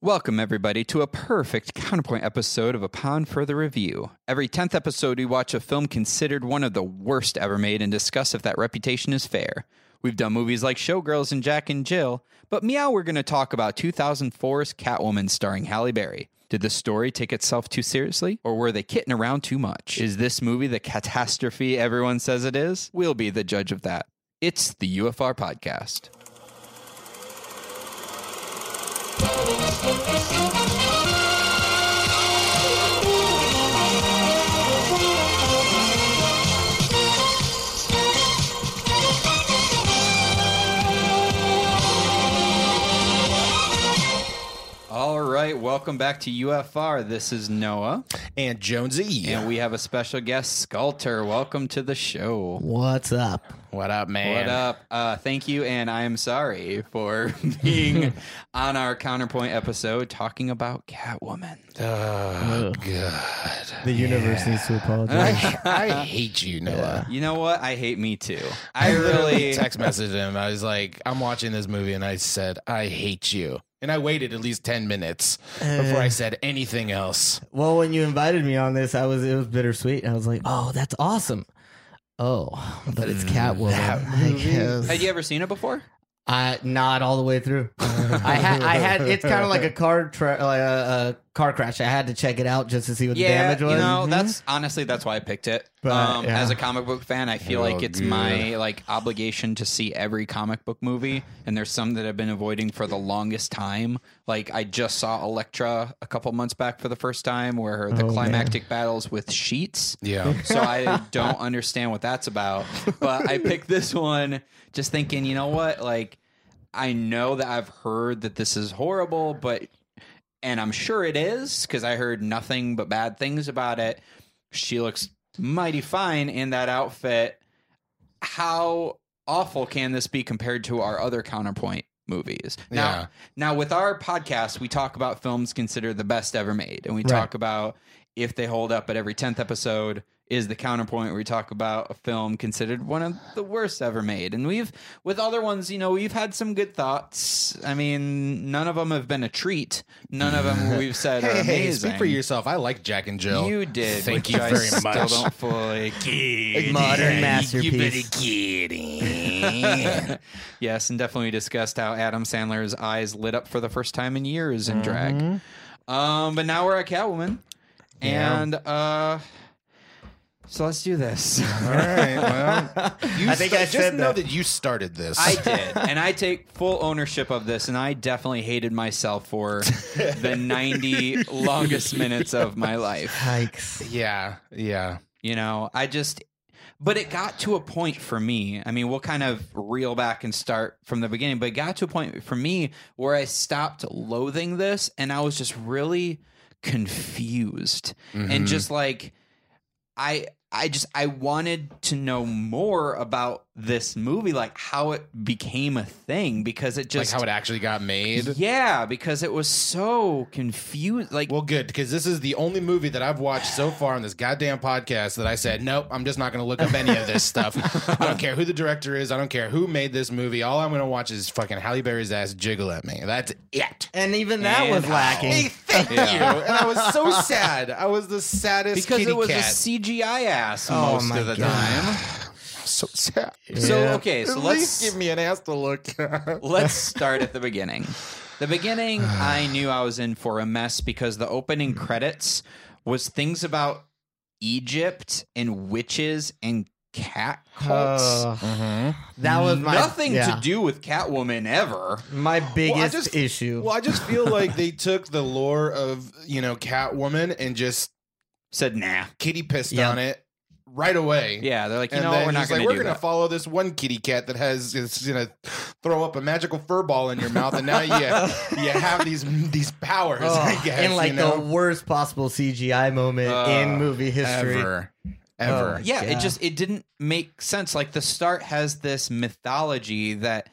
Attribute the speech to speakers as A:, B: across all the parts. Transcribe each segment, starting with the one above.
A: Welcome, everybody, to a perfect counterpoint episode of Upon Further Review. Every 10th episode, we watch a film considered one of the worst ever made and discuss if that reputation is fair. We've done movies like Showgirls and Jack and Jill, but meow, we're going to talk about 2004's Catwoman starring Halle Berry. Did the story take itself too seriously, or were they kidding around too much? Is this movie the catastrophe everyone says it is? We'll be the judge of that. It's the UFR Podcast. All right, welcome back to UFR. This is Noah,
B: and Jonesy.
A: and we have a special guest, Sculter. Welcome to the show.
C: What's up?
B: what up, man?
A: What up? Uh, thank you, and I am sorry for being on our counterpoint episode talking about Catwoman.
B: Oh, God.
C: The universe needs to apologize.
B: I hate you, Noah.
A: You know what? I hate me too. I really.
B: text messaged him. I was like, I'm watching this movie, and I said, I hate you. And I waited at least 10 minutes before I said anything else.
C: well, when you invited me on this, I was it was bittersweet. I was like, "Oh, that's awesome." Oh, but
A: Mm.
C: it's Catwoman. I guess.
A: Had you ever seen it before?
C: I not all the way through. I had I had it's kind of like a car tra- like a, a car crash. I had to check it out just to see what the damage was. Mm-hmm.
A: you know that's honestly that's why I picked it.
C: But,
A: um,
C: yeah.
A: As a comic book fan, I feel like
B: Oh,
A: it's
B: good.
A: my like obligation to see every comic book movie, and there's some that I've been avoiding for the longest time. Like I just saw Elektra a couple months back for the first time, where the
C: Oh, man.
A: climactic battles with sheets.
B: Yeah.
A: so I don't understand what that's about. But I picked this one just thinking, you know what? Like, I know that I've heard that this is horrible, but and I'm sure it is because I heard nothing but bad things about it. She looks mighty fine in that outfit. How awful can this be compared to our other counterpoint movies? Now,
B: Yeah.
A: now with our podcast, we talk about films considered the best ever made, and we
C: Right.
A: talk about if they hold up at every tenth episode. Is the counterpoint where we talk about a film considered one of the worst ever made, and we've with other ones, you know, we've had some good thoughts. I mean, none of them have been a treat. None of them we've said are
B: Hey,
A: amazing.
B: hey, speak for yourself. I like Jack and Jill.
A: You did.
B: Thank
A: which
B: you
A: I
B: very
A: still
B: much.
A: Don't fully get.
C: Modern masterpiece.
B: get in.
A: yes, and definitely discussed how Adam Sandler's eyes lit up for the first time in years in drag.
B: Mm-hmm.
A: Um, but now we're at Catwoman, and uh, so let's do this.
B: All right. Well, you
C: I think
B: sta-
C: I
B: just
C: said
B: know
C: that.
B: that you started this.
A: I did, and I take full ownership of this. And I definitely hated myself for the ninety longest minutes of my life.
C: Yikes.
B: yeah. Yeah.
A: You know, I just, but it got to a point for me. I mean, we'll kind of reel back and start from the beginning, but it got to a point for me where I stopped loathing this and I was just really confused
B: Mm-hmm.
A: and just like, I, I just I wanted to know more about this movie, like how it became a thing, because it just
B: like how it actually got made.
A: yeah, because it was so confused. Like
B: Well, good because this is the only movie that I've watched so far on this goddamn podcast that I said, nope, I'm just not going to look up any of this stuff. I don't care who the director is. I don't care who made this movie. All I'm going to watch is fucking Halle Berry's ass jiggle at me. That's it.
C: And even that
A: And oh,
C: was lacking.
B: Thank you. And I was so sad. I was the saddest
A: because
B: kitty
A: it was
B: cat.
A: a CGI ass
C: Oh
A: most
C: my
A: of the
C: God.
A: time.
B: so sad.
A: So
C: Yeah.
A: okay, so
B: At
A: let's
B: least give me an ass to look. at.
A: let's start at the beginning. The beginning, I knew I was in for a mess because the opening credits was things about Egypt and witches and cat cults.
C: Uh,
B: Mm-hmm.
C: That was my
A: Nothing
C: yeah.
A: to do with Catwoman ever.
C: My biggest
B: Well, I just-
C: issue.
B: Well, I just feel like they took the lore of you know Catwoman and just
A: Said nah.
B: kitty pissed
C: Yeah.
B: on it right away.
A: Yeah, they're like, you
B: and
A: know,
B: then
A: what, we're
B: he's
A: not going
B: like, we're
A: to do
B: gonna
A: that.
B: follow this one kitty cat that has is gonna throw up a magical fur ball in your mouth, and now you you have these these powers.
C: Oh,
B: I guess,
C: in like
B: you know?
C: the worst possible CGI moment
A: Uh,
C: in movie history.
B: ever, ever.
C: Oh,
A: yeah, it
C: Yeah.
A: just it didn't make sense. Like the start has this mythology that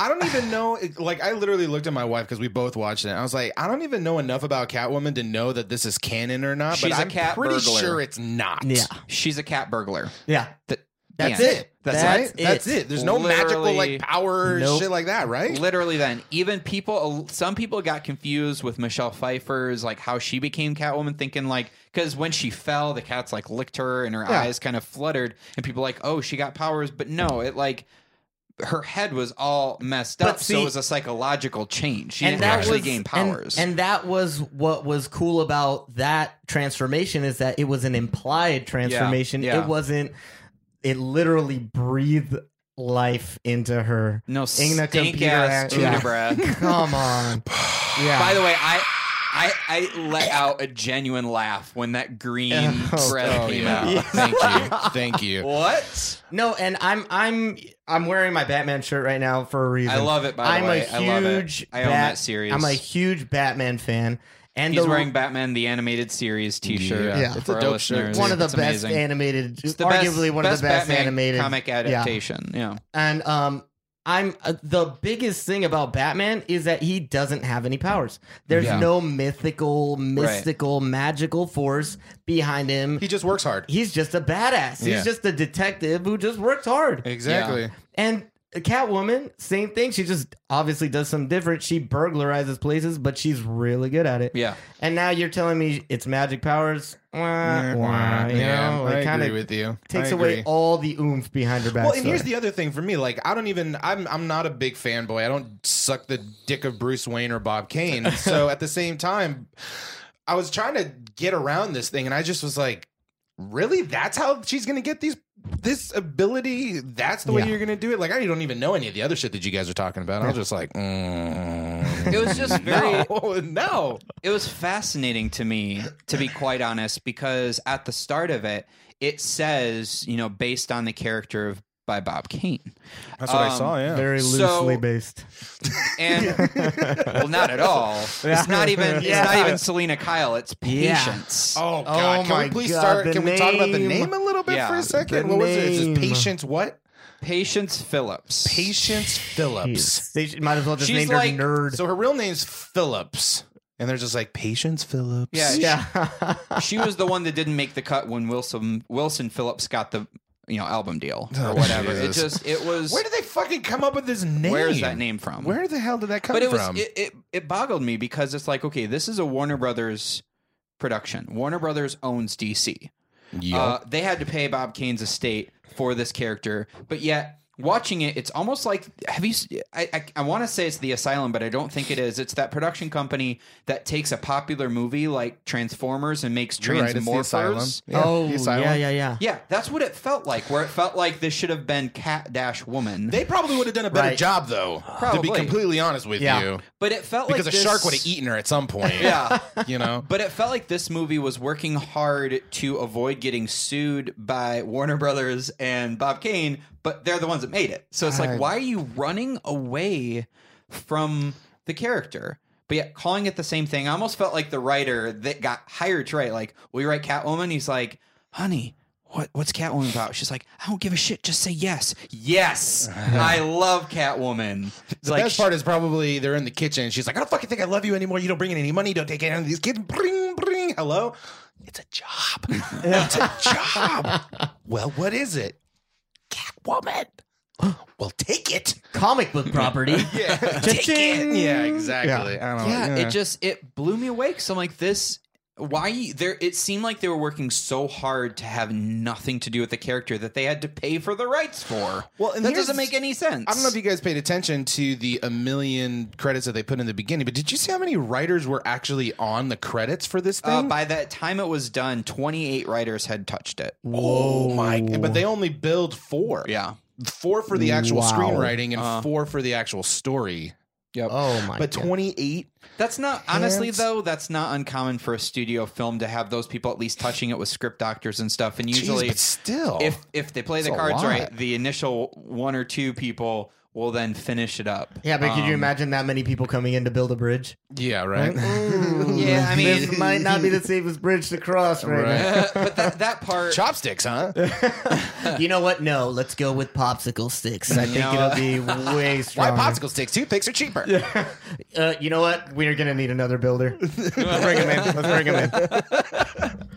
B: I don't even know. it- Like I literally looked at my wife because we both watched it. And I was like, I don't even know enough about Catwoman to know that this is canon or not.
A: She's
B: but
A: a
B: I'm
A: cat
B: pretty
A: burglar.
B: sure it's not.
C: Yeah.
A: she's a cat burglar.
C: Yeah.
A: That
C: That's
A: can't.
C: it.
A: That's,
C: That-
A: it.
B: right? That's it. There's no magical
A: Literally-
B: like power
C: Nope.
B: shit like that, right?
A: Literally, then even people, some people got confused with Michelle Pfeiffer's like how she became Catwoman, thinking like because when she fell, the cats like licked her and her
B: Yeah.
A: eyes kind of fluttered, and people like, oh, she got powers, but no, it like her head was all messed
C: But
A: up, so
C: see-
A: it was a psychological change. She didn't actually gain
C: and-
A: powers.
C: And, that was what was cool about that transformation is that it was an implied transformation.
A: yeah.
C: It wasn't it literally breathed life into her.
A: no,
C: in a
A: stink
C: computer
A: ass
C: act-
A: tuna
C: yeah.
A: breath.
C: Come on. Yeah.
A: By the way, I. I, I let out a genuine laugh when that green
C: Oh,
A: breath came out.
B: Thank you. Thank you.
A: What?
C: no, and I'm I'm I'm wearing my Batman shirt right now for a reason.
A: I love it. By the
C: I'm
A: way,
C: a
A: I love
C: huge
A: it. I own
C: Bat-
A: that series.
C: I'm a huge Batman fan. And
A: He's
C: the,
A: wearing Batman the animated series T-shirt. uh,
B: Yeah.
C: Yeah.
A: for
B: It's a
A: our
B: dope shirt,
A: listeners.
B: too.
C: one of the
A: It's
C: best
A: amazing.
C: animated,
A: It's the best-
C: arguably one of the best
A: Batman
C: animated
A: comic adaptation. Yeah,
C: and um I'm uh, the biggest thing about Batman is that he doesn't have any powers. There's
B: Yeah.
C: no mythical, mystical, magical force behind him.
B: He just works hard.
C: He's just a badass.
B: Yeah.
C: He's just a detective who just works hard.
B: Exactly.
A: Yeah.
C: And Catwoman, same thing. She just obviously does something different. She burglarizes places, but she's really good at it.
A: yeah.
C: And now you're telling me it's magic powers. Wah, wah, you
B: Yeah,
C: know,
B: I
C: it kind
B: agree
C: of
B: with you.
C: takes
B: I
C: away
B: agree.
C: all the oomph behind her backstory.
B: Well, and here's the other thing for me. Like, I don't even. I'm. I'm not a big fanboy. I don't suck the dick of Bruce Wayne or Bob Kane. so at the same time, I was trying to get around this thing, and I just was like, really? That's how she's gonna get these this ability? That's the way
C: Yeah.
B: you're gonna do it? Like, I don't even know any of the other shit that you guys are talking about. I was just like, mm,
A: It was just very.
B: no, no.
A: It was fascinating to me, to be quite honest, because at the start of it, it says you know based on the character of by Bob Kane.
B: That's what I
A: Um,
B: saw. Yeah.
C: very
A: So-
C: loosely based.
A: and well, not at all. It's not even.
C: Yeah.
A: It's not even Selena Kyle. It's
C: Yeah.
A: patience.
B: Oh
C: Oh
B: God! Can
C: my
B: we please
C: God,
B: start?
C: the
B: Can we talk about the
C: name.
B: name a little bit
A: Yeah,
B: for a second?
C: the
B: What was it? It's just
C: name.
B: patience. What?
A: Patience Phillips.
B: Patience Phillips.
C: Jeez. They should, might as well just
A: She's
C: name her
A: like-
C: nerd.
B: So her real name's Phillips, and they're just like Patience Phillips.
A: Yeah,
C: yeah.
A: she was the one that didn't make the cut when Wilson Wilson Phillips got the you know album deal or
B: Oh,
A: whatever.
B: Jesus.
A: It just it was
B: Where did they fucking come up with this name?
A: where is that name from?
B: Where the hell did that come
A: but it was
B: from?
A: it, it it boggled me because it's like okay, this is a Warner Brothers production. Warner Brothers owns DC. Uh, they had to pay Bob Kane's estate for this character, but yet watching it, it's almost like have you? s- I I, I want to say it's the Asylum, but I don't think it is. It's that production company that takes a popular movie like Transformers and makes
B: You're right, it's the
A: Transmorphers.
B: asylum. Yeah,
C: oh,
B: the asylum.
C: yeah, yeah, yeah.
A: Yeah, that's what it felt like. Where it felt like this should have been Cat Dash Woman,
B: They probably would have done a better
C: Right.
B: job, though. To
A: Probably.
B: be completely honest with
C: Yeah.
B: you,
A: but it felt
B: because
A: like
B: a
A: this-
B: shark would have eaten her at some point.
A: Yeah,
B: you know.
A: But it felt like this movie was working hard to avoid getting sued by Warner Brothers and Bob Kane, but they're the ones that made it. So it's like, why are you running away from the character? But yet calling it the same thing, I almost felt like the writer that got hired to write, like, we write Catwoman. He's like, honey. What, what's Catwoman about? She's like, I don't give a shit. Just say yes. Yes, I love Catwoman. It's
B: The
A: like,
B: best part is probably they're in the kitchen. and She's like, I don't fucking think I love you anymore. You don't bring in any money. You don't take care of these kids. Bring, bring. Hello? It's a job. it's a job. Well, what is it? Catwoman. well, take it.
C: Comic book property.
B: Yeah.
C: Cha-ching.
B: Yeah, exactly. I don't
A: yeah,
B: know.
A: it just it blew me away because I'm like this. Why you- there? It seemed like they were working so hard to have nothing to do with the character that they had to pay for the rights for.
B: Well, and
A: that
B: here's-
A: doesn't make any sense.
B: I don't know if you guys paid attention to the a million credits that they put in the beginning, but did you see how many writers were actually on the credits for this thing?
A: Uh, by that time it was done, 28 writers had touched it.
B: oh my! But they only billed four.
A: Yeah.
B: four for the actual
C: Wow.
B: screenwriting and
A: Uh.
B: four for the actual story.
A: Yep.
C: Oh my
B: but
C: god.
B: 28
A: That's not honestly
B: Hands.
A: though. That's not uncommon for a studio film to have those people at least touching it with script doctors and stuff. And usually,
B: Jeez, but still
A: if if they play the
B: Oh, a
A: cards
B: lot.
A: right, the initial one or two people will then finish it up.
C: yeah, but could you
A: Um,
C: imagine that many people coming in to build a bridge?
B: yeah right
A: Yeah, I mean-
C: this might not be the safest bridge to cross right,
A: but that that part.
B: chopsticks huh
C: now. you know what? No, let's go with popsicle sticks. I think
A: know
C: it'll
A: what?
C: be way
B: why
C: stronger.
B: popsicle sticks toothpicks are cheaper
C: Uh, you know what? We're gonna need another builder. Let's bring him in. Let's bring him in.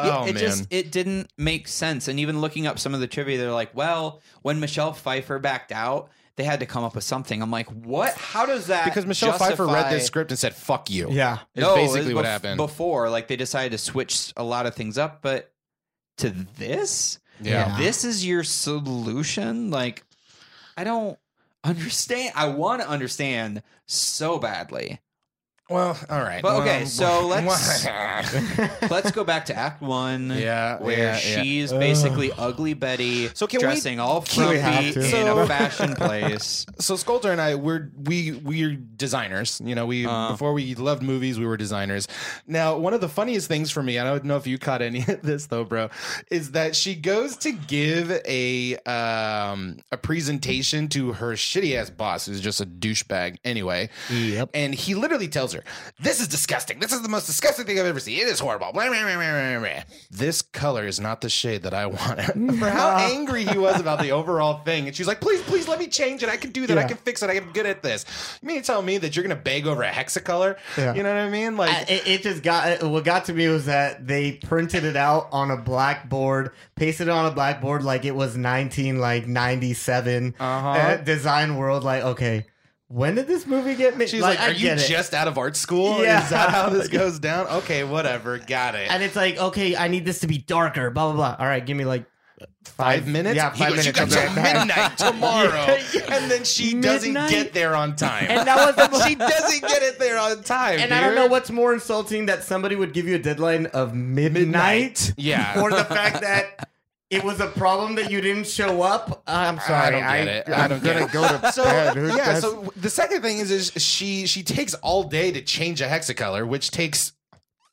B: Oh,
A: it
B: man.
A: just it didn't make sense. And even looking up some of the trivia, they're like, well, when Michelle Pfeiffer backed out, they had to come up with something. I'm like, what? How does that?
B: because Michelle Pfeiffer read this
A: justify-
B: script and said, "Fuck you."
C: Yeah.
B: is
A: No, it was
B: basically what
A: bef-
B: happened.
A: before. Like they decided to switch a lot of things up, but to this,
B: yeah.
C: Yeah.
A: this is your solution. Like, I don't understand. I want to understand so badly.
B: Well, all right.
A: But okay,
B: Well,
A: so let's-
B: yeah.
A: Let's go back to Act One. Where
B: yeah, yeah.
A: she's basically ugly Betty,
B: So can we-
A: dressing all
B: can
C: we
A: frumpy
C: have
A: in a
C: to?
B: So-
A: fashion place.
B: so Sculter and I we're we we're designers. You know, we
A: Uh.
B: before we loved movies, we were designers. Now, one of the funniest things for me, and I don't know if you caught any of this though, bro, is that she goes to give a um a presentation to her shitty ass boss, who's just a douchebag anyway.
C: Yep.
B: And he literally tells her, This is disgusting. This is the most disgusting thing I've ever seen. It is horrible. Blah, blah, blah, blah, blah, blah. This color is not the shade that I want. For how angry he was about the overall thing. And she's like, Please, please let me change it. I can do that. I
C: Yeah.
B: can fix it. I am good at this. You mean to tell me that you're going to beg over a hexacolor?
C: Yeah.
B: You know what I mean? Like,
C: I- Uh, it, it just got what got to me was that they printed it out on a blackboard, pasted it on a blackboard like it was nineteen like ninety seven
B: Uh-huh.
C: design world. Like okay, when did this movie get made?
B: she's like,
C: I
B: Are you
C: get it.
B: just out of art school?
C: Yeah.
B: Is that how this goes down? Okay, whatever. Got it.
C: And it's like okay, I need this to be darker. Blah blah blah. All right, give me like
B: five minutes?
C: Yeah,
B: He
C: five
B: goes,
C: minutes.
B: You
C: I'll be
B: got till
C: right back."
B: midnight tomorrow. And then she doesn't
C: Midnight?
B: get there on time.
C: And that was the
B: she doesn't get it there on time.
C: And I don't know
B: dude.
C: what's more insulting that somebody would give you a deadline of midnight,
B: Yeah.
C: or the fact that it was a problem that you didn't show up. Uh, I'm
B: I
C: sorry.
B: don't get it. I
D: I'm
B: don't get
D: gonna
B: it.
D: go to
B: So
D: bed. Who
B: yeah,
D: does-
B: so the second thing is, is she she takes all day to change a hexacolor, which takes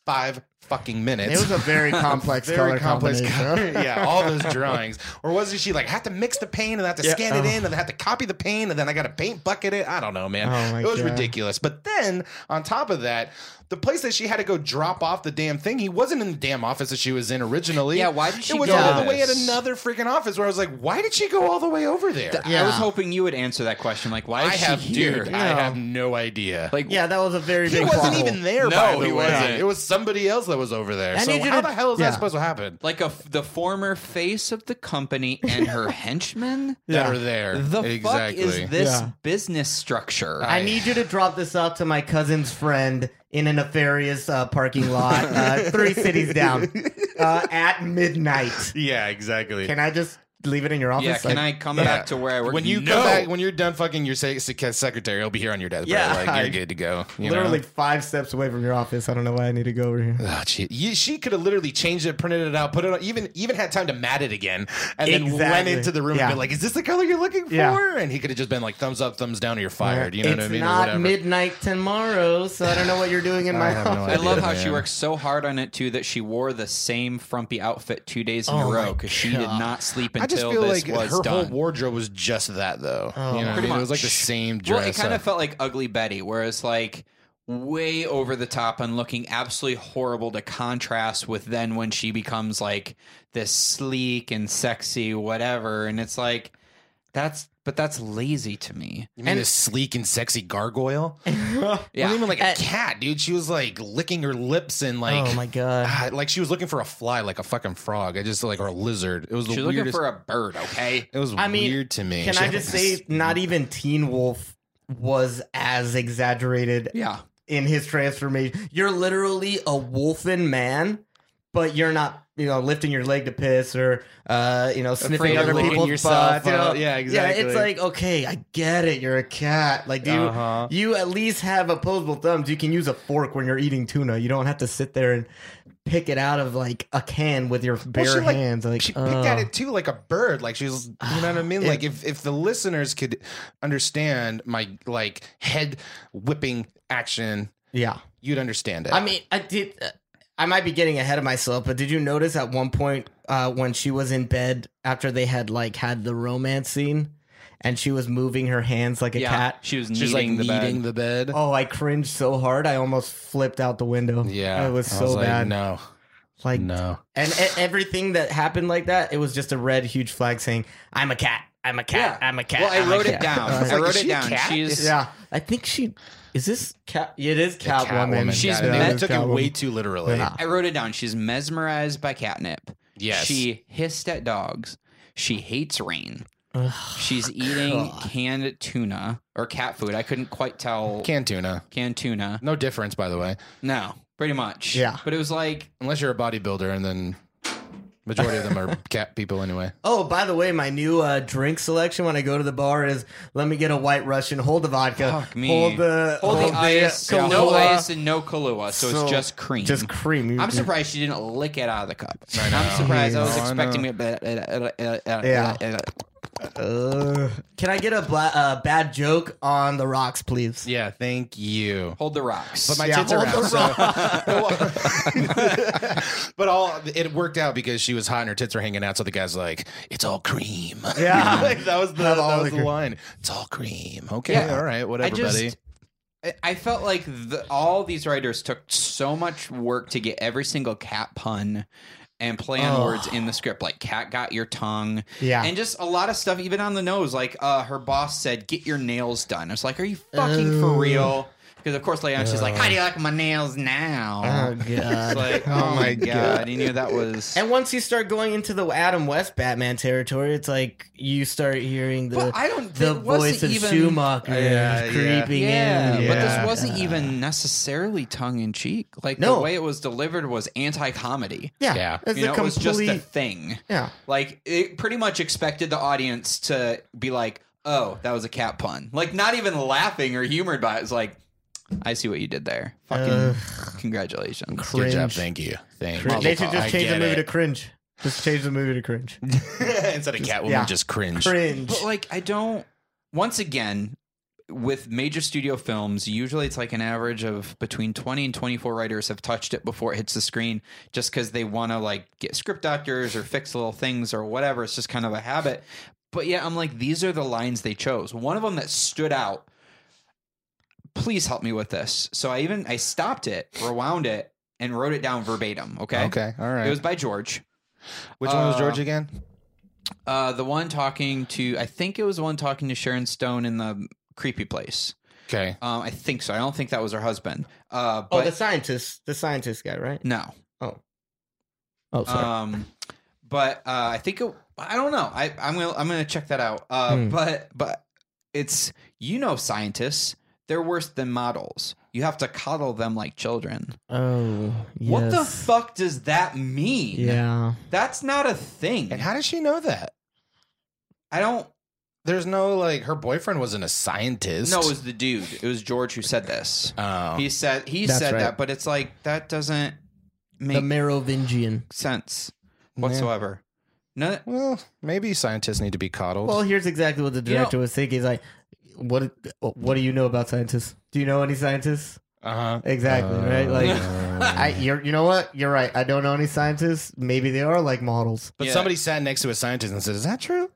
B: five fucking minutes.
D: it was a very complex color
B: very complex.
D: combination.
B: yeah, all those drawings. Or wasn't she like, I have to mix the paint and I have to
C: Yeah. oh.
B: scan it in and I have to copy the paint and then I got to paint bucket it? I don't know, man.
C: Oh, my
B: it was
C: God.
B: ridiculous. But then on top of that, the place that she had to go drop off the damn thing, he wasn't in the damn office that she was in originally.
A: Yeah, why did she
B: It was
A: go
B: all
C: to
B: the way at
A: this?
B: another freaking office where I was like, why did she go all the way over there?
A: I was hoping you would answer that question. Like, why is
B: I
A: she
B: have,
A: E here?
B: dude, I have no idea.
A: Like,
C: Yeah, that was a very
B: he
C: big
B: wasn't
C: problem.
B: even there.
A: No,
B: by the
A: he
B: way.
A: wasn't.
B: It was somebody else that was over there.
C: I
B: so
C: need you
B: how
C: to-
B: the hell is
C: yeah.
B: that supposed to happen?
A: like a f- the former face of the company and her henchmen.
B: That are there.
A: The
B: exactly.
A: fuck is this
C: Yeah.
A: business structure?
C: I need you to drop this out to my cousin's friend in a nefarious uh, parking lot, uh, three cities down, uh, at midnight.
B: Yeah, exactly.
C: Can I just leave it in your office?
A: yeah, can
C: Like,
A: I come
B: Yeah.
A: back to where I work?
B: when you
A: no.
B: come back, when you're done fucking your se- se- secretary, will be here on your deathbed.
C: Yeah.
B: like you're good to go. you know?
C: Literally five steps away from your office. I don't know why I need to go over here.
B: Oh, gee. You- she could have literally changed it, printed it out, put it on, even even had time to mat it again, and then went
C: Exactly.
B: into the room
C: Yeah.
B: and been like, "Is this the color you're looking for?"
C: Yeah.
B: And he could have just been like, "Thumbs up, thumbs down, or you're fired." You know
C: it's
B: what I mean? Or
C: not
B: whatever.
C: midnight tomorrow, so I don't know what you're doing in
B: I
C: my
B: have no
C: office.
A: I love how
B: Yeah.
A: she works so hard on it too that she wore the same frumpy outfit two days in a
C: Oh my
A: row because she did
C: God.
A: not sleep
B: I just
A: until
B: feel
A: this
B: like
A: was
B: her whole
A: done.
B: wardrobe was just that, though. you know, what I
A: Pretty
B: mean? it was like the
A: much.
B: same dress.
A: well, it kind
B: up.
A: of felt like Ugly Betty, whereas like way over the top and looking absolutely horrible to contrast with then when she becomes like this sleek and sexy whatever, and it's like that's but that's lazy to me.
B: You mean
C: And-
B: this sleek and sexy gargoyle?
A: Yeah.
B: Wasn't even like a
C: Uh,
B: cat, dude. She was like licking her lips and like,
C: oh my god.
B: Ah, like she was looking for a fly, like a fucking frog. I just like or a lizard. It was the
A: She's looking
B: weirdest.
A: for a bird, okay?
B: it was
C: I mean,
B: weird to me.
C: Can
B: She
C: I
B: had
C: just
B: this-
C: say, not even Teen Wolf was as exaggerated
A: Yeah.
C: in his transformation. You're literally a wolfen man, but you're not, you know, lifting your leg to piss or, uh, you know, sniffing
B: of
C: other
B: licking
C: people's
B: yourself,
C: butts. you
B: uh,
C: know?
B: yeah,
C: Yeah,
B: exactly.
C: it's like okay, I get it. You're a cat. Like, do you
B: Uh-huh.
C: you at least have opposable thumbs? You can use a fork when you're eating tuna. You don't have to sit there and pick it out of like a can with your bare
B: Well, she, like-
C: hands. Like,
B: She picked at
C: oh.
B: it too, like a bird. Like she was, you know what I mean? Like if, if the listeners could understand my like head whipping action,
C: Yeah.
B: you'd understand it.
C: I mean, I did. I might be getting ahead of myself, but did you notice at one point uh, when she was in bed after they had like had the romance scene, and she was moving her hands like a
A: yeah.
C: cat?
A: She was
B: she's like
A: kneading the bed.
B: kneading the bed.
C: Oh, I cringed so hard, I almost flipped out the window.
B: Yeah,
C: it was
B: I
C: so
B: like,
C: bad.
B: No,
C: Like,
B: no.
C: and e- everything that happened like that, it was just a red huge flag saying, "I'm a cat. I'm a cat.
B: Yeah.
C: I'm a cat.
A: Well, I
C: I'm a
A: wrote it
C: cat."
A: down.
C: Uh,
A: I
B: like,
A: wrote
B: is
A: it
B: she a
A: down.
B: cat?
A: She's
C: yeah, I think she is this cat. It is Catwoman.
B: Catwoman.
A: She's
B: Yeah,
A: met-
B: they took it
D: Catwoman.
B: way too literally.
C: Yeah.
A: I wrote it down. She's mesmerized by catnip.
B: Yes.
A: She hissed at dogs. She hates rain.
C: Ugh.
A: She's eating
C: God.
A: canned tuna or cat food. I couldn't quite tell
B: Canned tuna.
A: canned tuna.
B: No difference, by the way.
A: No, pretty much.
C: Yeah.
A: But it was like
B: Unless you're a bodybuilder, and then majority of them are cat people anyway.
C: Oh, by the way, my new uh, drink selection when I go to the bar is let me get a White Russian, hold the vodka,
A: Fuck me.
C: hold the
A: hold the ice,
C: Oh, Kahlua.
A: no ice and no Kahlua, so,
C: So,
A: it's just cream.
C: just cream.
A: I'm surprised she didn't lick it out of the cup.
B: I
A: I'm
B: know.
A: surprised. I
B: I
A: was
B: know.
A: expecting it, but uh, uh, uh, uh,
C: Yeah.
A: uh, uh,
C: Uh, can I get a bla- uh, bad joke on the rocks, please?
B: Yeah, thank you.
A: hold the rocks.
B: But my
C: Yeah,
B: tits are out.
C: hold the
B: so- but all it worked out because she was hot and her tits were hanging out. So the guy's like, "It's all cream."
C: Yeah.
B: Like, that was the
C: Have
B: that
C: all
B: was
C: the
B: the
C: cream.
B: line. It's all cream. Okay,
A: Yeah.
B: all right,
A: I
B: whatever, buddy.
A: just, I- I felt like the, all these writers took so much work to get every single cat pun and play on
C: Oh.
A: words in the script, like "cat got your tongue,"
C: Yeah.
A: and just a lot of stuff, even on the nose. Like uh, her boss said, "Get your nails done." I was like, "Are you fucking for
C: Oh.
A: real?" Because of course later on she's like, "How do you like my nails now?"
C: Oh
A: It's
C: god.
A: like, oh, my god. he knew that was.
C: and once you start going into the Adam West Batman territory, it's like you start hearing the
A: But I don't
C: the
A: think- was
C: voice
A: it
C: of
A: even-
C: Schumacher
B: Yeah, yeah.
C: creeping
A: Yeah,
C: in.
A: but
B: Yeah.
A: this wasn't even necessarily tongue in cheek. Like
C: No.
A: the way it was delivered was anti comedy.
C: yeah,
B: Yeah.
C: it's
A: you know,
C: a
A: it was just a
C: complete
A: thing.
C: yeah.
A: Like it pretty much expected the audience to be like, "Oh, that was a cat pun." Like not even laughing or humored by it. It's like, "I see what you did there. Fucking
C: Ugh.
A: congratulations."
B: Good job,
C: Cringe.
B: thank you, thank
C: Cringe.
B: you.
C: They should just
B: I
C: change the
B: get
C: movie
B: it.
C: to cringe. Just change the movie to cringe.
B: instead of Catwoman,
C: yeah.
B: just cringe.
C: Cringe.
A: But like, I don't. Once again, with major studio films, usually it's like an average of between twenty and twenty-four writers have touched it before it hits the screen, just because they want to like get script doctors or fix little things or whatever. It's just kind of a habit. But yeah, I'm like, these are the lines they chose. One of them that stood out. Please help me with this. So I even I stopped it, rewound it, and wrote it down verbatim. Okay.
B: Okay, all right.
A: It was by George.
B: Which one was
A: uh,
B: George again?
A: Uh, the one talking to, I think it was the one talking to Sharon Stone in the creepy place.
B: Okay,
A: Um, I think so. I don't think that was her husband. Uh,
C: Oh,
A: but
C: the scientist, the scientist guy, right?
A: no.
C: Oh,
A: Um, but uh, I think it, I don't know. I I'm gonna I'm gonna check that out. Uh,
C: Hmm.
A: but but it's you know scientists. They're worse than models. You have to coddle them like children.
C: oh, yes.
A: What the fuck does that mean?
C: Yeah,
A: That's not a thing.
B: and how does she know that?
A: I don't
B: There's no like her boyfriend wasn't a scientist.
A: know. It was the dude. It was George who said this.
B: Oh.
A: He said he
C: That's
A: said
C: right.
A: that, but it's like that doesn't make
C: the Merovingian.
A: sense whatsoever. No,
B: well, maybe scientists need to be coddled.
C: Well, here's exactly what the
A: know-
C: director was thinking. He's like, "What? What do you know about scientists? Do you know any scientists?
B: uh-huh.
C: Exactly, right? Like, I, you're, you know what? You're right. I don't know any scientists. Maybe they are like models.
B: but
A: Yeah.
B: somebody sat next to a scientist and said, "Is that true?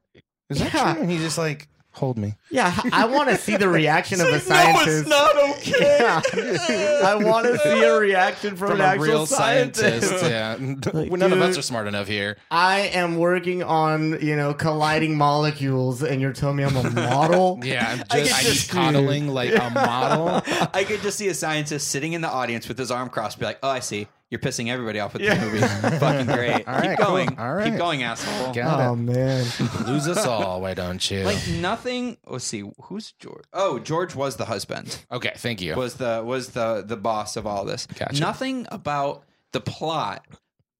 B: Is that
C: Yeah.
B: true?" And he's just like, "Hold me."
C: Yeah, I want to see the reaction of a scientist.
A: not okay.
C: Yeah. I want to see a reaction from, an actual scientist.
B: yeah.
C: Like,
B: None of us
C: dude.
B: are smart enough here.
C: I am working on, you know, colliding molecules, and you're telling me I'm a model?
B: Yeah, I'm
A: I
B: just, I,
A: could
B: need
A: just-
B: coddling like a model.
A: I could just see a scientist sitting in the audience with his arm crossed, be like, "Oh, I see. You're pissing everybody off with
C: Yeah.
A: this movie. Fucking great.
B: All right,
A: Keep
B: cool.
A: going.
B: All right.
A: Keep going, asshole."
B: Got
C: Oh man,
B: it. Lose us all, why don't you?
A: Like nothing. Let's see. Who's George? Oh, George was the husband.
B: okay, thank you.
A: Was the was the the boss of all this.
B: Gotcha.
A: Nothing about the plot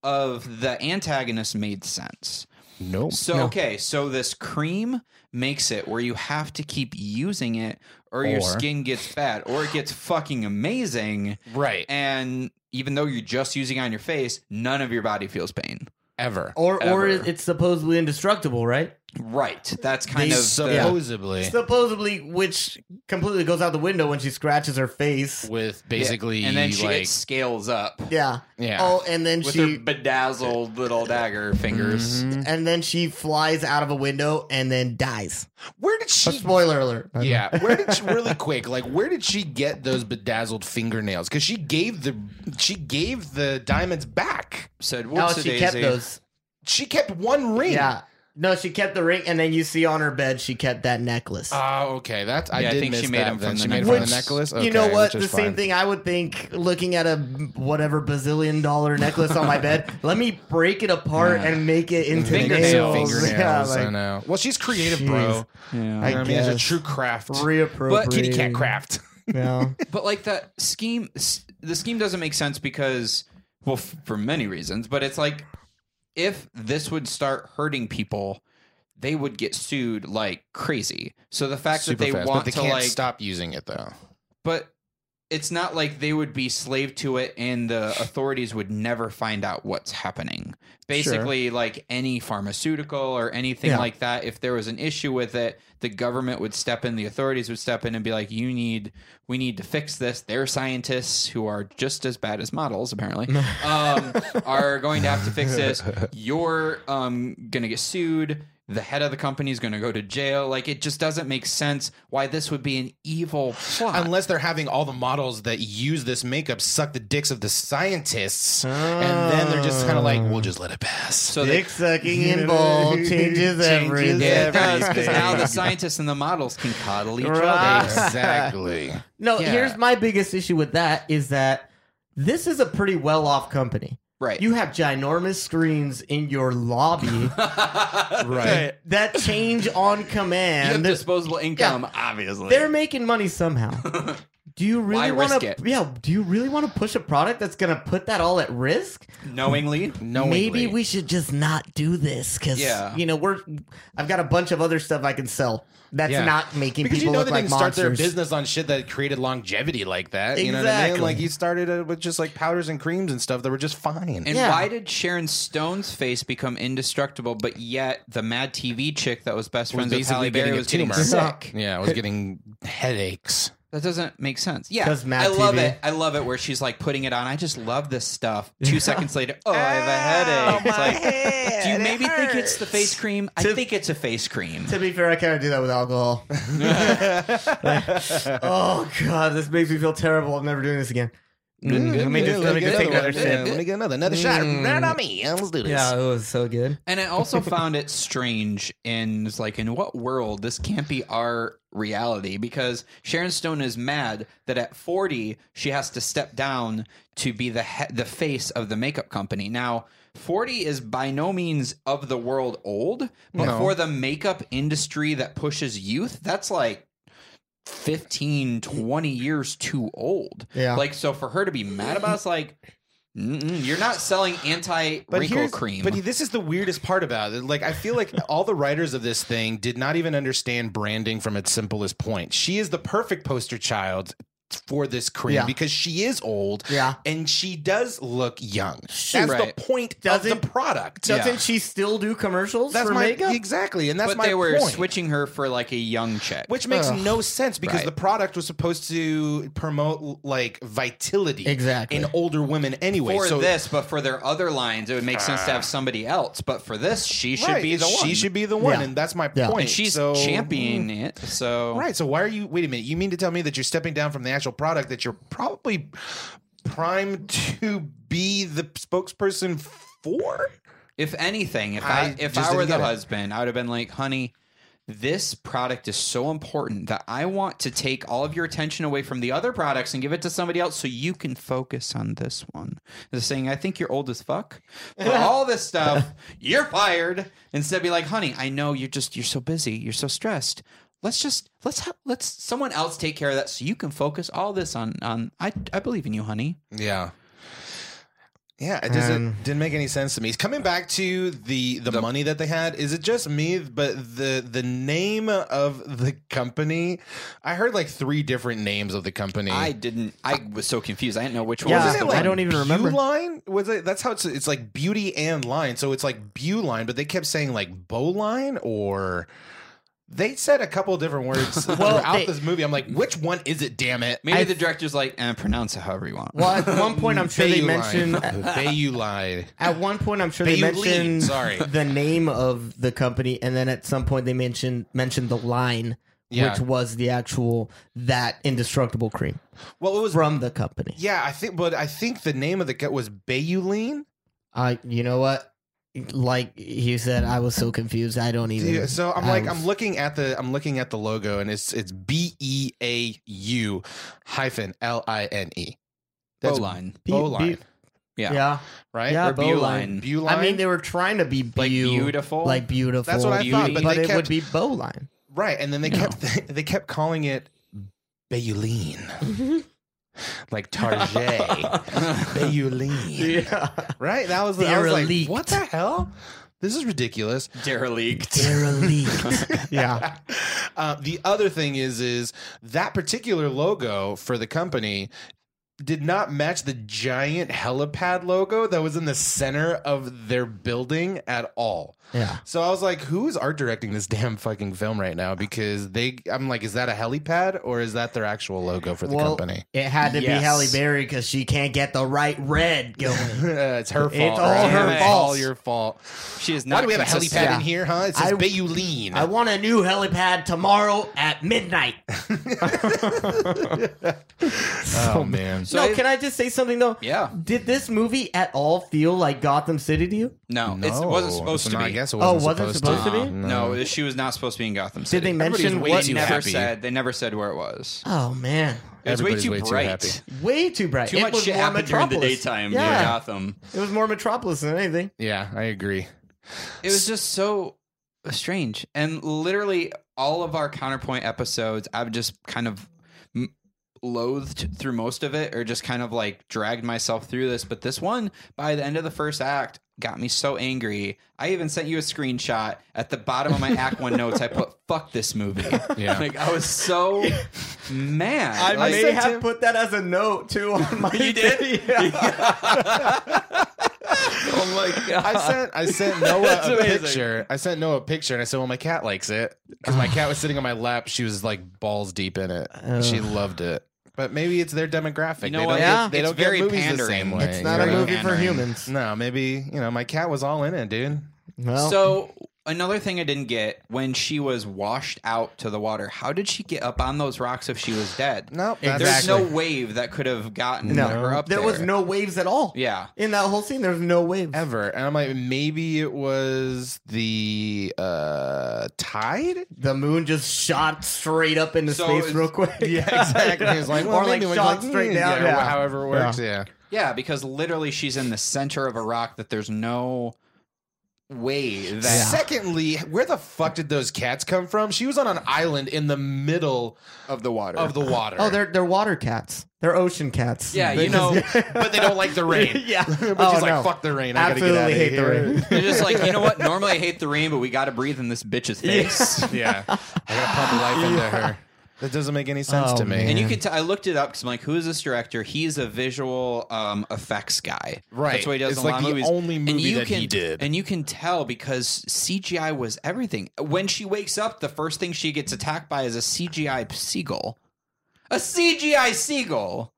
A: of the antagonist made sense.
B: nope.
A: So okay, so this cream makes it where you have to keep using it or, your
B: Or-
A: skin gets bad or it gets fucking amazing
B: Right.
A: and even though you're just using it on your face, none of your body feels pain.
B: Ever.
C: or or
A: Ever.
C: it's supposedly indestructible, right?
A: Right. That's kind
B: They
A: of the,
B: supposedly
C: Supposedly, which completely goes out the window when she scratches her face.
B: with basically
A: and then she
B: like
A: gets scales up
C: Yeah.
B: yeah.
C: Oh, and then
A: with
C: she
A: her bedazzled little dagger fingers.
B: Mhm.
C: and then she flies out of a window and then dies.
B: Where did
C: A
B: she?
C: spoiler alert.
B: Yeah, where did she, really quick? Like, where did she get those bedazzled fingernails? Because she gave the she gave the diamonds back.
A: Said
C: No,
A: whoops
C: she Oh, kept those.
B: She kept one ring.
C: Yeah. No, she kept the ring, and then you see on her bed she kept that necklace.
B: Oh, okay. That's I
A: Yeah, I
B: did
A: think
B: miss
A: she made
B: that
A: him
B: then.
A: from the
B: she made it
A: necklace.
B: from the necklace.
C: you know
B: Okay,
C: what?
B: which
C: The
B: is
C: same
B: fine.
C: thing I would think looking at a whatever bazillion dollar necklace on my bed. Let me break it apart
B: Yeah.
C: and make it into
A: Fingernails.
C: nails.
B: Fingernails.
C: Yeah,
B: I
C: like,
B: know. Well, she's creative, bro.
A: Yeah.
B: I,
C: I
B: I mean, it's a
C: guess.
B: true craft.
C: reappropriate.
B: kitty cat craft.
C: Yeah.
A: but like that scheme s- the scheme doesn't make sense because well f- for many reasons but it's like if this would start hurting people they would get sued like crazy so the fact that they
B: Superfast,
A: want
B: but they
A: to
B: can't
A: like
B: stop using it though.
A: but it's not like they would be slave to it and the authorities would never find out what's happening. Basically, like any pharmaceutical or anything
C: Yeah.
A: like that, if there was an issue with it, the government would step in, the authorities would step in and be like, you need, we need to fix this. Their scientists, who are just as bad as models, apparently, um, are going to have to fix this. You're um, going to get sued. The head of the company is going to go to jail. Like, it just doesn't make sense why this would be an evil plot.
B: Unless they're having all the models that use this makeup suck the dicks of the scientists, and then they're just kind of like, "We'll just let it pass."
A: So they,
C: Dick sucking and bowl changes
B: Changes
C: everything.
A: yeah, it does because
B: everything.
A: now the scientists and the models can coddle each
C: Right.
A: other.
B: exactly.
C: No,
A: Yeah.
C: here's my biggest issue with that is that this is a pretty well off company.
A: Right.
C: You have ginormous screens in your lobby
B: right.
C: that change on
A: You have
C: command.
A: disposable income, obviously.
C: They're making money somehow. Do you
A: Why
C: really want
A: risk
C: to?
A: it?
C: Yeah. Do you really want to push a product that's going to put that all at risk?
A: knowingly.
B: Knowingly.
C: Maybe we should just not do this because
A: Yeah.
C: you know we're. I've got a bunch of other stuff I can sell that's
B: Yeah.
C: not making
B: because you
C: people
B: know
C: look
B: that
C: like
B: they can
C: monsters.
B: start their business on shit that created longevity like that. You know what I mean?
C: Exactly.
B: Like you started it with just like powders and creams and stuff that were just fine.
A: And
C: Yeah.
A: why did Sharon Stone's face become indestructible, but yet the Mad TV chick that was best friends with Halle Berry was getting sick?
B: Yeah, I was getting headaches.
A: That doesn't make sense. Yeah,
C: 'Cause Mad
A: I love
C: TV.
A: it. I love it where she's like putting it on. I just love this stuff. Two seconds later, oh, I have a headache. It's like, do you maybe think it's the face cream? I
C: To-
A: think it's a face cream.
C: To be fair, I kind of do that with alcohol. oh god, this makes me feel terrible. I'm never doing this again. Mm, let me just let me just take another Mm.
B: Yeah, Let
C: sip.
B: me get another another shot. Not on me. Yeah, Let's do this.
C: Yeah, it was so good.
A: And I also found it strange in it's like in what world this can't be our reality because Sharon Stone is mad that at 40 she has to step down to be the he- the face of the makeup company. Now, 40 is by no means of the world old, but
B: No.
A: for the makeup industry that pushes youth, that's like 15 20 years too old.
C: Yeah.
A: Like so for her to be mad about it's like Mm-mm, you're not selling anti wrinkle
B: here's-
A: cream.
B: But this is the weirdest part about it. Like, I feel like all the writers of this thing did not even understand branding from its simplest point. She is the perfect poster child for this cream
C: Yeah.
B: because she is old
C: Yeah.
B: and she does look young. That's
A: Right.
B: the point of
C: Doesn't-
B: the product.
C: Doesn't
A: Yeah.
C: she still do commercials
B: That's
C: for
B: my
C: makeup?
B: exactly, and that's
A: but
B: my
A: they were
B: point.
A: switching her for like a young chick.
B: which makes
C: Ugh.
B: no sense because
A: Right.
B: the product was supposed to promote like vitality
C: Exactly.
B: in older women anyway.
A: for
B: so
A: this, but for their other lines, it would make sense to have somebody else. But for this, she should
B: Right,
A: be the one.
B: She should be the one,
C: Yeah.
B: and that's my
C: Yeah.
B: point.
A: And she's
B: so,
A: championing it. So
B: Right. So why are you? Wait a minute. You mean to tell me that you're stepping down from the actual product that you're probably primed to be the spokesperson for?
A: if anything, if
B: I
A: I, if
B: just
A: I were
B: didn't
A: the
B: get it.
A: husband, I would have been like, honey. This product is so important that I want to take all of your attention away from the other products and give it to somebody else so you can focus on this one. They're saying, I think you're old as fuck. For all this stuff, you're fired. Instead, be like, honey, I know you're just, you're so busy. You're so stressed. Let's just, let's have, let's someone else take care of that so you can focus all this on, on, I, I believe in you, honey.
B: Yeah. Yeah, it doesn't
C: Um,
B: didn't make any sense to me. Coming back to the, the money that they had, is it just me? But the the name of the company, I heard like three different names of the company.
A: I didn't, I was so confused. I didn't know which one
C: Yeah,
A: was
B: Wasn't
A: the
B: it
C: Ah, I
A: one.
B: like
C: don't even remember.
B: Line was it? That's how it's. It's like beauty and line. So it's like Bew line, but they kept saying like Bowline or. They said a couple different words throughout
C: they-
B: this movie. I'm like, which one is it? Damn it!
A: Maybe
C: I-
A: the director's like, eh, pronounce it however you want.
C: Well, at one point, I'm sure they
B: Bayuline.
C: mentioned.
B: Bayuline.
C: At one point, I'm sure they
B: Bayuline,
C: mentioned
B: sorry.
C: the name of the company, and then at some point, they mentioned mentioned the line,
B: Yeah.
C: which was the actual that indestructible cream
B: Well, it was
C: from the company.
B: Yeah, I think, but I think the name of the guy was Bayuline.
C: I, you know what? like you said, I was so confused. I don't even.
B: Yeah, so I'm like
C: I
B: I'm
C: was-
B: looking at the I'm looking at the logo and it's it's B E A U hyphen L I N E. That's
A: Bowline.
C: B-
B: Bowline,
C: B-
A: Yeah.
C: yeah.
B: right?
C: Yeah,
A: Or Bowline.
B: Bowline.
C: I mean, they were trying to be
A: Like
C: beau-
A: beautiful.
C: like beautiful.
B: That's what I thought,
A: Beauty.
B: but,
C: but,
B: they
C: it
B: kept
C: would be bowline.
B: right, and then they
A: No.
B: kept they kept calling it Bayuline, like Tarjay, Bayuline, right? That was the, I was like,
C: Derelict.
B: what the hell? This is ridiculous.
A: Derelict.
C: Derelict. yeah.
B: Uh, the other thing is, is that particular logo for the company did not match the giant helipad logo that was in the center of their building at all.
C: Yeah.
B: So I was like, who's art directing this damn fucking film right now? Because they, I'm like, is that a helipad or is that their actual logo for the
C: Well,
B: company?
C: It had to
A: Yes.
C: be Halle Berry because she can't get the right red going.
B: it's her fault.
C: all
A: her
B: It's
A: fault.
B: all your fault.
A: She is not.
B: Why do we have a helipad
A: consistent.
B: in here, huh? It says
C: I-
B: Bayouline.
C: I want a new helipad tomorrow at midnight.
B: oh, man.
A: So
C: no,
A: I-
C: can I just say something though?
A: Yeah.
C: Did this movie at all feel like Gotham City to you?
A: No, it wasn't
B: No.
A: supposed to
B: No,
A: be.
B: I guess it
C: Oh,
B: wasn't,
C: wasn't supposed to be?
A: No, she was not supposed to be in Gotham City.
C: Did they
A: Everybody's
C: mention
A: way
C: what-
A: too
B: Too
A: never
B: happy.
A: said they never said where it was.
C: Oh man,
A: It was way
B: Everybody's
A: too
B: way too
A: bright.
B: happy.
C: way too bright.
A: Too
C: it
A: much
C: was
A: shit
C: more
A: happened during the
C: Metropolis.
A: daytime near
C: Yeah,
A: Gotham.
C: it was more Metropolis than anything.
B: Yeah, I agree.
A: It was just so strange. And literally all of our counterpoint episodes, I've just kind of m- loathed through most of it or just kind of like dragged myself through this, but this one by the end of the first act got me so angry. I even sent you a screenshot at the bottom of my act 1 notes I put fuck this movie.
B: Yeah.
A: Like I was so mad.
C: I
A: Like,
C: may have put that as a note too on my. you did.
B: Oh my god! I sent I sent Noah
A: That's
B: a
A: amazing.
B: picture. I sent Noah a picture, and I said, "Well, my cat likes it because my cat was sitting on my lap. She was like balls deep in it. She loved it. But maybe it's their demographic.
A: You know
B: they
A: what?
B: don't,
C: Yeah.
B: get, they
A: It's
B: don't get
A: very
B: movies the
A: pandering.
B: same way.
A: It's
C: It's not
B: you
C: a
B: know?
C: movie for
A: Pandering.
C: humans.
B: No, maybe you know my cat was all in it, dude.
C: Well,
A: So another thing I didn't get when she was washed out to the water, how did she get up on those rocks if she was dead?
B: No, that's
A: There's
B: actually-
A: no wave that could have gotten
C: No.
A: her up there.
C: there was no waves at all.
A: Yeah.
C: In that whole scene, there's no waves.
B: ever. And I'm like, maybe it was the uh tide.
C: The moon just shot straight up into
A: So
C: space
A: it's-
C: real quick.
B: Yeah, exactly. It's like, well,
C: or like
B: maybe it was
C: shot
B: like,
C: straight
B: mm,
C: down.
B: yeah,
C: Yeah.
B: However it works. Yeah.
A: Yeah, because literally she's in the center of a rock that there's no way that
B: Secondly, where the fuck did those cats come from? She was on an island in the middle
A: of the water.
B: of the water.
C: Oh, they're they're water cats. They're ocean cats.
A: yeah,
C: They
A: you know,
C: just-
B: but they don't like the rain.
C: yeah.
B: but she's
C: Oh,
B: like,
C: no.
B: fuck the rain. I
C: Absolutely
B: gotta
C: hate
B: get out of
C: the
B: here.
C: rain.
A: they're just like, you know what? Normally I hate the rain, but we got to breathe in this bitch's face.
B: yeah, I gotta pump life into her. That doesn't make any sense
C: Oh,
B: to me.
C: man.
A: And you could. T- I looked it up because I'm like, who is this director? He's a visual um, effects guy.
B: Right.
A: That's what he does
B: It's
A: in a
B: like
A: lot of
B: the
A: movies.
B: only
A: and
B: movie
A: you
B: that
A: can,
B: he did.
A: And you can tell because CGI was everything. When she wakes up, the first thing she gets attacked by is a CGI seagull. A CGI seagull.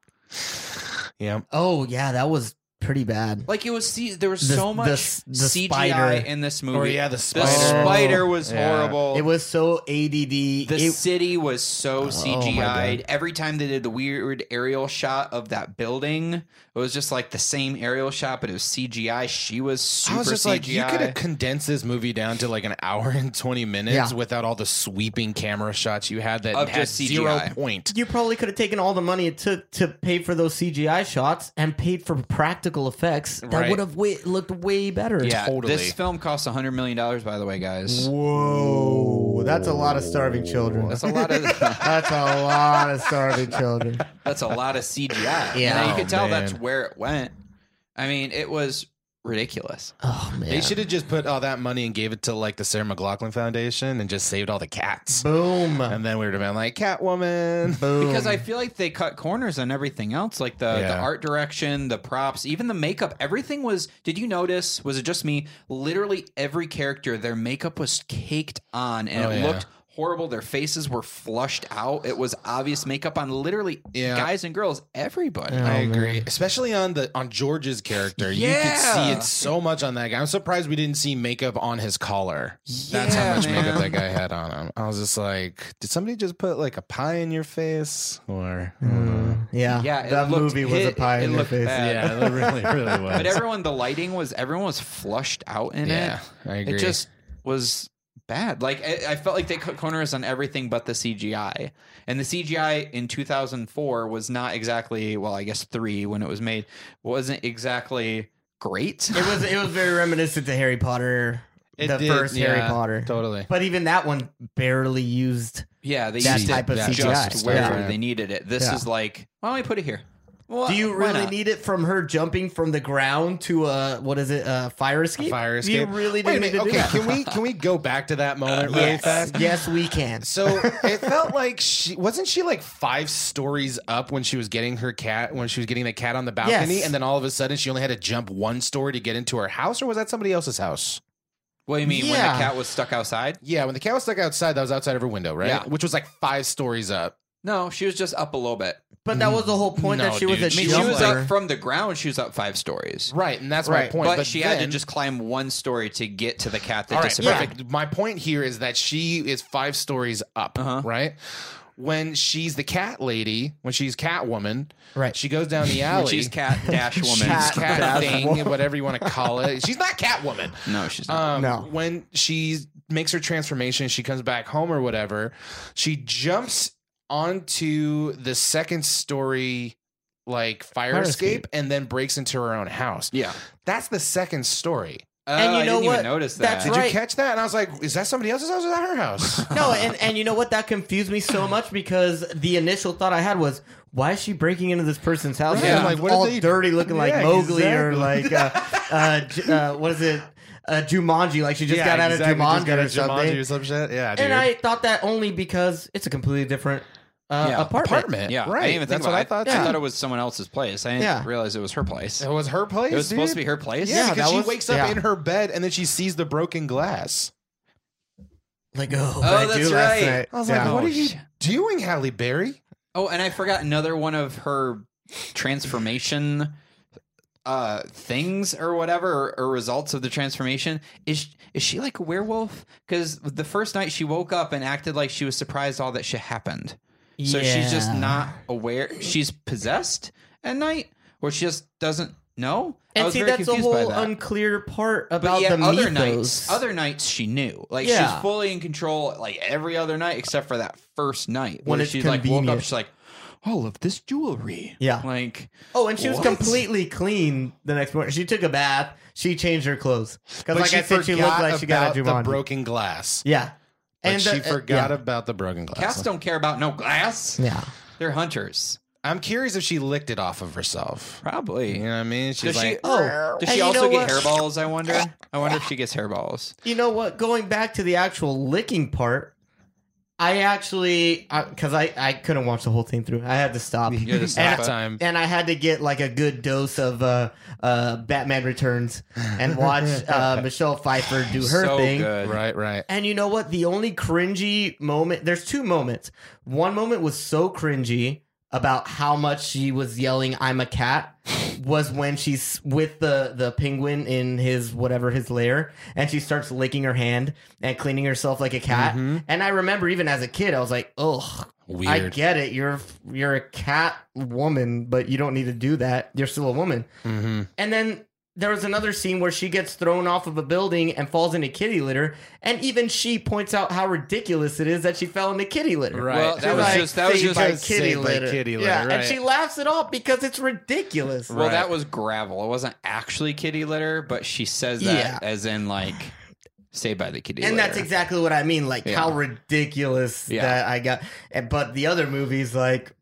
B: yeah,
C: Oh yeah, that was pretty bad.
A: Like it was. C- there was
C: The-
A: so
C: the
A: much
C: s- the
A: CGI
C: spider.
A: in this movie.
B: Oh, yeah, the spider.
A: spider was
B: Yeah.
A: horrible.
C: It was so ADD.
A: The
C: It-
A: city was so
B: Oh,
A: CGI'd.
C: God.
A: Every time they did the weird aerial shot of that building, it was just like the same aerial shot, but it was CGI. She was super
B: I was just
A: CGI.
B: like, you could have condensed this movie down to like an hour and twenty minutes
C: Yeah.
B: without all the sweeping camera shots you had that
A: Of
B: had
A: just
B: zero
A: CGI.
B: point.
C: you probably could have taken all the money it took to pay for those CGI shots and paid for practical effects that
B: Right.
C: would have wa- looked way better.
A: yeah,
B: totally.
A: this film cost hundred million dollars. By the way, guys,
C: Whoa, that's a lot of starving children.
A: that's a lot of
C: That's a lot of starving children.
A: that's a lot of CGI.
C: Yeah.
A: and you could
B: Oh,
A: tell that's
B: man.
A: where it went. I mean, it was ridiculous.
C: Oh man.
B: They should have just put all that money and gave it to like the Sarah McLaughlin Foundation and just saved all the cats.
C: Boom.
A: Uh-huh.
B: And then we would have been like, Catwoman.
C: Boom.
A: Because I feel like they cut corners on everything else, like the, the
B: Um, Yeah.
A: art direction, the props, even the makeup. Everything was. Did you notice? Was it just me? Literally every character, their makeup was caked on, and
B: Oh,
A: it
B: yeah.
A: looked horrible. Their faces were flushed out. It was obvious makeup on literally
B: Yeah.
A: guys and girls, everybody.
C: Yeah.
B: I
C: Oh,
B: agree,
C: man.
B: especially on the on George's character. You could see
A: Yeah.
B: it so much on that guy. I'm surprised we didn't see makeup on his collar. That's
A: Yeah,
B: how much
A: man.
B: makeup that guy had on him. I was just like, did somebody just put like a pie in your face? Or
A: Mm.
C: Mm, Yeah,
A: Yeah, it
C: that
A: looked
C: movie was a
A: hit-
C: pie
A: it
C: in your
A: looked
C: face.
A: bad. Yeah,
B: that really, really was.
A: But everyone, the lighting was everyone was flushed out in
B: yeah,
A: it.
B: I agree.
A: It just was bad. Like I, I felt like they cut corners on everything but the CGI. And the CGI in 2004 was not exactly well, I guess three when it was made wasn't exactly great.
C: It was it was very reminiscent to Harry Potter,
B: It
C: the
B: did,
C: first Harry
B: yeah,
C: Potter.
B: totally.
C: But even that one barely used.
A: yeah, they
C: That
A: used
C: type
A: it
C: of
A: just
C: CGI.
A: where
C: Yeah.
A: they needed it. This
C: Yeah.
A: is like why don't we put it here? Well,
C: Do you
A: why
C: really
A: not?
C: need it from her jumping from the ground to a what is it? A fire escape?
B: Fire escape.
C: You really
B: Wait a
C: didn't need to
B: minute, okay,
C: do that.
B: can we can we go back to that
A: Uh,
B: moment really
C: yes,
B: fast?
C: yes, we can.
B: So it felt like she wasn't she like five stories up when she was getting her cat when she was getting the cat on the balcony,
C: Yes.
B: and then all of a sudden she only had to jump one story to get into her house, or was that somebody else's house?
A: What do you mean when
C: Yeah.
A: the cat was stuck outside?
B: Yeah, when the cat was stuck outside, that was outside of her window, right?
A: Yeah.
B: Which was like five stories up.
A: No, she was just up a little bit.
C: But that was the whole point
B: No,
C: that she was
B: dude.
C: a
A: I mean, she
C: jumper.
A: was up from the ground. She was up five stories.
B: Right, and that's my
C: Right.
B: point.
A: But, she had to
B: then-
A: just climb one story to get to the cat that
B: All right,
A: disappeared.
B: perfect. My point here is that she is five stories up,
A: Uh-huh.
B: right? When she's the cat lady, when she's Catwoman,
C: Right.
B: She goes down the
A: When
B: alley.
A: She's cat dash woman.
C: Cat-
B: cat
C: Catwoman.
B: thing, whatever you want to call it. She's not Catwoman.
A: No, she's not.
B: Um,
C: No.
B: When she makes her transformation, she comes back home or whatever. She jumps onto the second story, like fire,
C: Fire
B: escape,
C: escape.
B: and then breaks into her own house.
A: yeah.
B: That's the second story.
C: And
A: Oh,
C: you
A: I
C: know
A: didn't
C: what?
A: Even notice that.
C: That's
B: Did you
C: Right.
B: catch that? And I was like, is that somebody else's house or is that her house?
C: No, and, and you know what? That confused me so much because the initial thought I had was, why is she breaking into this person's house?
B: Right.
C: And
B: Like, what did
C: all
B: they-
C: dirty, looking like
B: Yeah,
C: Mowgli or
B: exactly.
C: like uh, uh, J- uh, what is it? Uh, Jumanji, like she just got out of Jumanji or something.
B: some shit. Yeah,
C: and I thought that only because it's a completely different uh,
A: Yeah,
C: apartment.
B: apartment.
A: yeah, I
B: right.
A: didn't even think
B: That's
A: about
B: what I
A: it.
B: thought.
A: I
B: too.
A: thought it was someone else's place. I didn't
C: Yeah.
A: realize it was her place.
B: It was her place.
A: It was supposed to be
B: dude?
A: her place.
B: Yeah,
C: Yeah,
B: because
C: that
B: she
C: was-
B: wakes up
C: yeah.
B: in her bed and then she sees the broken glass.
C: Like oh, what I
A: that's
C: do last
A: right.
C: night.
B: I was
C: Yeah.
B: like, "What
A: Oh,
B: are you
A: shit.
B: doing, Halle Berry?"
A: Oh, and I forgot another one of her transformation uh things or whatever or, or results of the transformation is is she like a werewolf because the first night she woke up and acted like she was surprised all that shit happened so she's just
C: Yeah.
A: not aware she's possessed at night or she just doesn't know i
C: And
A: was
C: see,
A: very
C: that's the
A: confused by
C: whole
A: that
C: unclear part
A: but
C: about
A: yeah,
C: the
A: other
C: mythos.
A: nights, other nights she knew. Like
C: Yeah.
A: she's fully in control, like every other night except for that first night
C: When
A: where
C: it's
A: she like woke up.
C: convenient.
A: She's like, all of this jewelry.
C: Yeah.
A: like
C: Oh, and she was
A: What?
C: completely clean the next morning. She took a bath. She changed her clothes because, like I said, she looked like she got a
B: the
C: Jumanji.
B: broken glass.
C: yeah,
B: And
C: the- uh,
B: she forgot
C: yeah.
B: about the broken glass.
A: cats don't care about no glass.
C: Yeah,
A: They're hunters,
B: I'm curious if she licked it off of herself.
A: probably.
B: You know what I mean? She's
A: Does she?
B: like,
A: Oh, does
C: And
A: she
C: you
A: also
C: know
A: get
C: what?
A: hairballs? I wonder. I wonder if she gets hairballs.
C: you know what? Going back to the actual licking part, I actually because I, I couldn't watch the whole thing through. I had to stop.
A: You gotta stop
B: half
A: it.
B: time.
C: and I had to get like a good dose of uh, uh, Batman Returns and watch uh, Michelle Pfeiffer do her
A: so
C: thing.
A: good.
B: Right, right.
C: And you know what? The only cringy moment, there's two moments. One moment was so cringy about how much she was yelling, I'm a cat, was when she's with the, the penguin in his whatever his lair, and she starts licking her hand and cleaning herself like a cat.
B: Mm-hmm.
C: And I remember even as a kid, I was like, ugh,
B: Weird.
C: I get it. You're you're a cat woman, but you don't need to do that. You're still a woman.
B: Mhm.
C: And then there was another scene where she gets thrown off of a building and falls into kitty litter, and even she points out how ridiculous it is that she fell into kitty litter.
B: Right.
A: Well, that
C: She's
A: was
C: like,
A: just that was
C: "Saved
A: just.
C: by
B: Saved by kitty litter,
C: Yeah,
B: right.
C: and she laughs it off because it's ridiculous.
A: Well,
B: Right.
A: that was gravel. It wasn't actually kitty litter, but she says
C: Yeah.
A: that as in like, saved by the kitty
C: And
A: litter.
C: that's exactly what I mean. Like
A: Yeah.
C: how ridiculous
A: Yeah.
C: that I got. And- But the other movies, like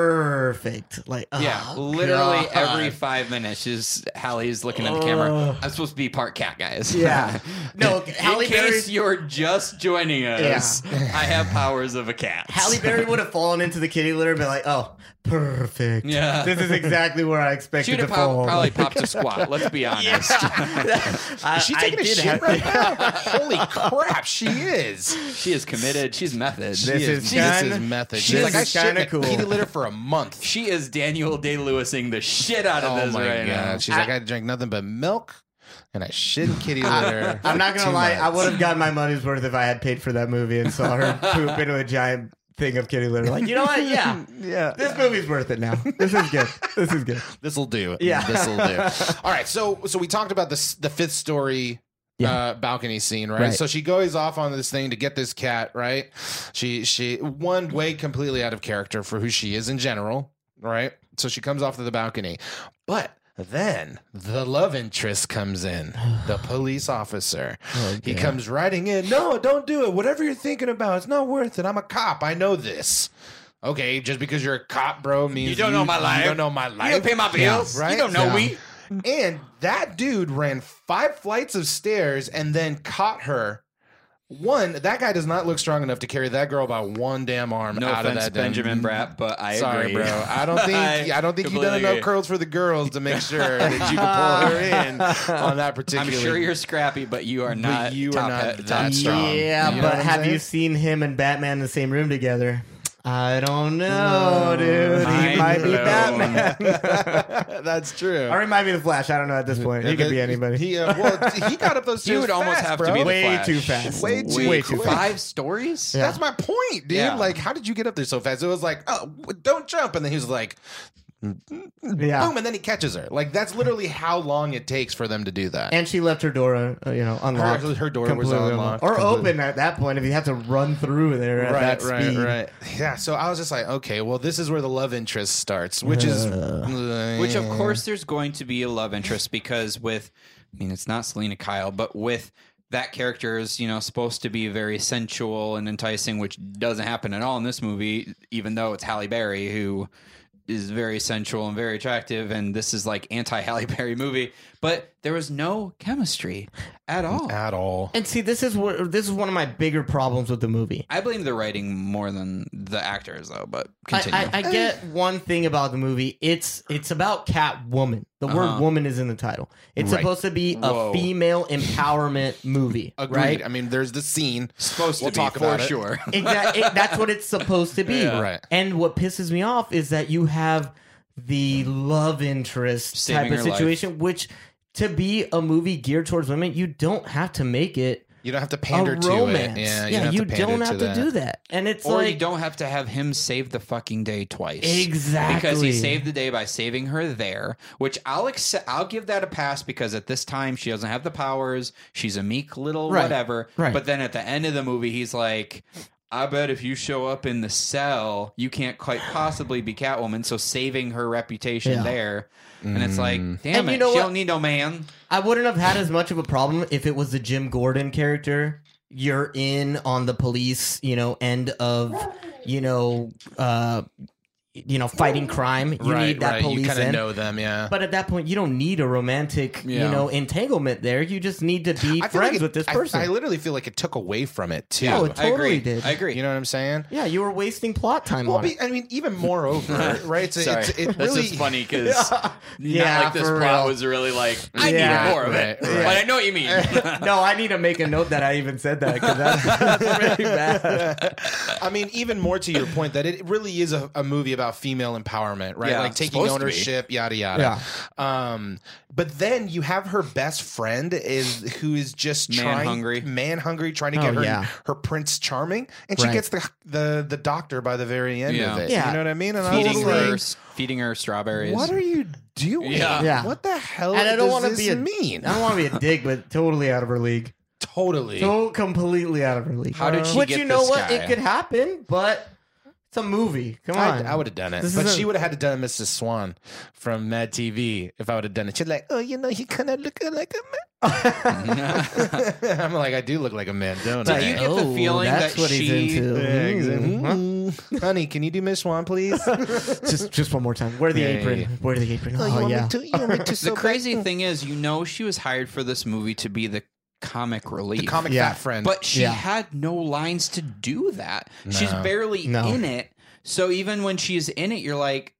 C: perfect. Like
A: Yeah,
C: oh,
A: literally
C: God.
A: every five minutes, she's Hallie's looking at the camera. I'm supposed to be part cat, guys.
C: Yeah. No, Halle
A: In case
C: Berry's-
A: you're just joining us, I have powers of a cat.
C: Halle Berry would have fallen into the kitty litter and been like, oh, perfect.
A: Yeah.
C: This is exactly where I expected
A: She'd
C: to
A: have
C: fall.
A: prob- probably popped a squat. Let's be honest.
C: I,
B: Is she
C: I
B: taking a
C: did
B: shit
C: have-
B: right now? Holy crap, she is.
A: She is committed. She's method.
B: She
C: This is
B: this
C: kinda-
B: is method.
C: this
B: She's like, I
C: is kinda
B: shouldn't have
C: cool."
B: kitty litter for a month.
A: she is Daniel Day Lewising the shit out of
B: Oh
A: this
B: my
A: right
B: god. She's like, I drank nothing but milk and I shit in kitty litter.
C: I'm not
B: for
C: gonna
B: two
C: lie. I
B: months.
C: would have gotten my money's worth if I had paid for that movie and saw her poop into a giant thing of kitty litter. Like, you know what? Yeah,
B: Yeah.
C: this movie's worth it now. This is good. This is good.
B: This'll do.
C: Yeah.
B: This'll do. All right. So so we talked about this the fifth story uh, balcony scene, right?
C: Right.
B: So she goes off on this thing to get this cat, right? She she one way completely out of character for who she is in general, right? So she comes off to the balcony. But then the love interest comes in, the police officer.
C: Oh,
B: he comes riding in. No, don't do it. Whatever you're thinking about, it's not worth it. I'm a cop. I know this. Okay, just because you're a cop, bro, means
A: don't know my life.
B: You don't know my life.
A: now. You don't pay my bills.
B: Yeah, right?
A: You don't know
B: Yeah.
A: me.
B: And that dude ran five flights of stairs and then caught her. One, that guy does not look strong enough to carry that girl by one damn arm
A: No
B: out of
A: offense,
B: that damn-
A: Benjamin Bratt, but I
B: Sorry,
A: agree.
B: bro. I don't think I, don't think you done
A: completely
B: enough
A: agree.
B: curls for the girls to make sure that you can pull her in on that particular.
A: I'm sure you're scrappy, but you are not.
B: you are
A: top
B: not
A: he-
B: that
A: top
B: strong.
C: Yeah,
B: You know what
C: but
B: I'm
C: have you
B: saying?
C: seen him and Batman in the same room together? I don't know, dude. He
A: mind
C: might be
A: blown.
C: Batman.
B: That's true.
C: or he might be the Flash. I don't know at this point. He could be anybody.
B: He, uh, well, he got up those
A: He
B: stairs.
A: would almost
B: fast,
A: have
B: bro.
A: to be the
C: Way
A: Flash.
C: too fast.
B: Way too
A: Way too
B: quick.
A: Five stories.
C: Yeah.
B: That's my point, dude.
A: Yeah.
B: Like, how did you get up there so fast? It was like, oh, w- don't jump. And then he was like,
C: yeah.
B: boom. And then he catches her. Like, that's literally how long it takes for them to do that.
C: And she left her door, uh, you know, unlocked.
B: Her- her door was unlocked.
C: Or
B: Completely.
C: open at that point if you have to run through there at that speed.
B: Yeah. So I was just like, okay, well, this is where the love interest starts, which is.
A: Which, of course, there's going to be a love interest because with, I mean, it's not Selena Kyle, but with that character is, you know, supposed to be very sensual and enticing, which doesn't happen at all in this movie, even though it's Halle Berry who is very sensual and very attractive. And this is like anti Halle Berry movie, but there was no chemistry at all.
B: At all.
C: And see, this is where this is one of my bigger problems with the movie.
A: I blame the writing more than the actors, though, but continue.
C: I, I, I get one thing about the movie. It's it's about Catwoman. The word
A: Uh-huh.
C: "woman" is in the title. It's
B: Right.
C: supposed to be a
A: Whoa.
C: female empowerment movie,
B: Agreed.
C: right?
B: I mean, there's the scene.
A: supposed
B: We'll
A: to be,
B: talk
A: for
B: about it.
A: sure.
C: Exactly. that's what it's supposed to be.
A: Yeah.
B: Right.
C: And what pisses me off is that you have the love interest
A: Saving
C: type
A: her
C: of
A: life.
C: situation, which to be a movie geared towards women, you don't have to make it
B: You don't have to
C: a
B: pander to
C: romance.
B: it.
C: Yeah,
B: Yeah,
C: you,
B: pander
C: don't have to, do that. And it's
A: or
C: like
A: you don't have to have him save the fucking day twice.
C: Exactly.
A: Because he saved the day by saving her there, which I'll accept, I'll give that a pass because at this time she doesn't have the powers. She's a meek little
C: Right.
A: whatever.
C: Right.
A: But then at the end of the movie, he's like, I bet if you show up in the cell, you can't quite possibly be Catwoman. So saving her reputation
C: Yeah.
A: there. And it's like, damn
C: And
A: it,
C: you know
A: she
C: what?
A: don't need no man.
C: I wouldn't have had as much of a problem if it was the Jim Gordon character. You're in on the police, you know, end of, you know, uh, you know, fighting crime. You
B: right,
C: need that
B: right.
C: police
B: You kind
C: end.
B: of know them, yeah.
C: But at that point, you don't need a romantic,
A: Yeah.
C: you know, entanglement there. You just need to be
B: I feel
C: friends
B: like it-
C: with this
B: I-
C: person.
B: I, literally feel like it took away from it too.
C: Yeah, it
A: I agree.
C: Totally did.
A: I agree.
B: you know what I'm saying?
C: yeah, you were wasting plot time
B: Well,
C: on it.
B: be, I mean, even moreover, right? It's,
A: Sorry,
B: it's, it
A: that's
B: really
A: just funny because
C: Yeah,
A: not like this
C: for
A: plot
C: real.
A: was really like I
C: Yeah,
A: need more of it,
B: right, right.
A: but I know what you mean.
C: No, I need to make a note that I even said that because that's, that's really bad.
B: I mean, even more to your point, that it really is a, a movie about female empowerment, right?
A: Yeah,
B: like taking
A: supposed to be.
B: ownership, yada yada. Um, but then you have her best friend is who is just
A: Man
B: trying,
A: hungry.
B: man hungry, trying to
C: Oh,
B: get her
C: yeah.
B: her prince charming, and she
C: Right.
B: gets the the the doctor by the very end
A: Yeah.
B: of it.
C: Yeah.
B: You know what I mean? And I
A: feeding
B: was
A: her,
B: like,
A: feeding her strawberries.
B: what are you doing?
A: Yeah.
C: Yeah.
B: What the hell?
C: And I don't
B: does
C: want to
B: this
C: be a
B: mean.
C: I don't want to be a dick, but totally out of her league.
B: Totally.
C: So completely out of her league.
A: How did she
C: Which
A: get
C: you know
A: this
C: what?
A: guy?
C: It could happen, but it's a movie. Come
B: I,
C: on,
B: I would have done it,
C: This
B: but
C: is a-
B: she would have had to done Mrs. Swan from Mad TV if I would have done it. She'd like, oh, you know, he kind of look like a man. I'm like, I do look like a man, don't
A: Did
B: I?
A: you get the feeling
C: Oh, that's
A: that
C: what
A: she-
C: he's into.
B: Yeah, exactly. Mm. Honey, can you do Miss Swan, please?
C: Mm-hmm. just, just one more time. Wear the
B: Yeah, yeah,
C: apron.
B: yeah.
C: Wear the apron.
B: you
C: Oh,
B: want me
C: yeah.
B: to- you want me to so
A: the
B: bad?
A: crazy thing is, you know, she was hired for this movie to be the comic relief.
B: the comic
C: Yeah.
B: fat friend.
A: but she
C: Yeah.
A: had no lines to do that. She's
B: No.
A: barely
C: No.
A: in it. So even when she's in it, you're like,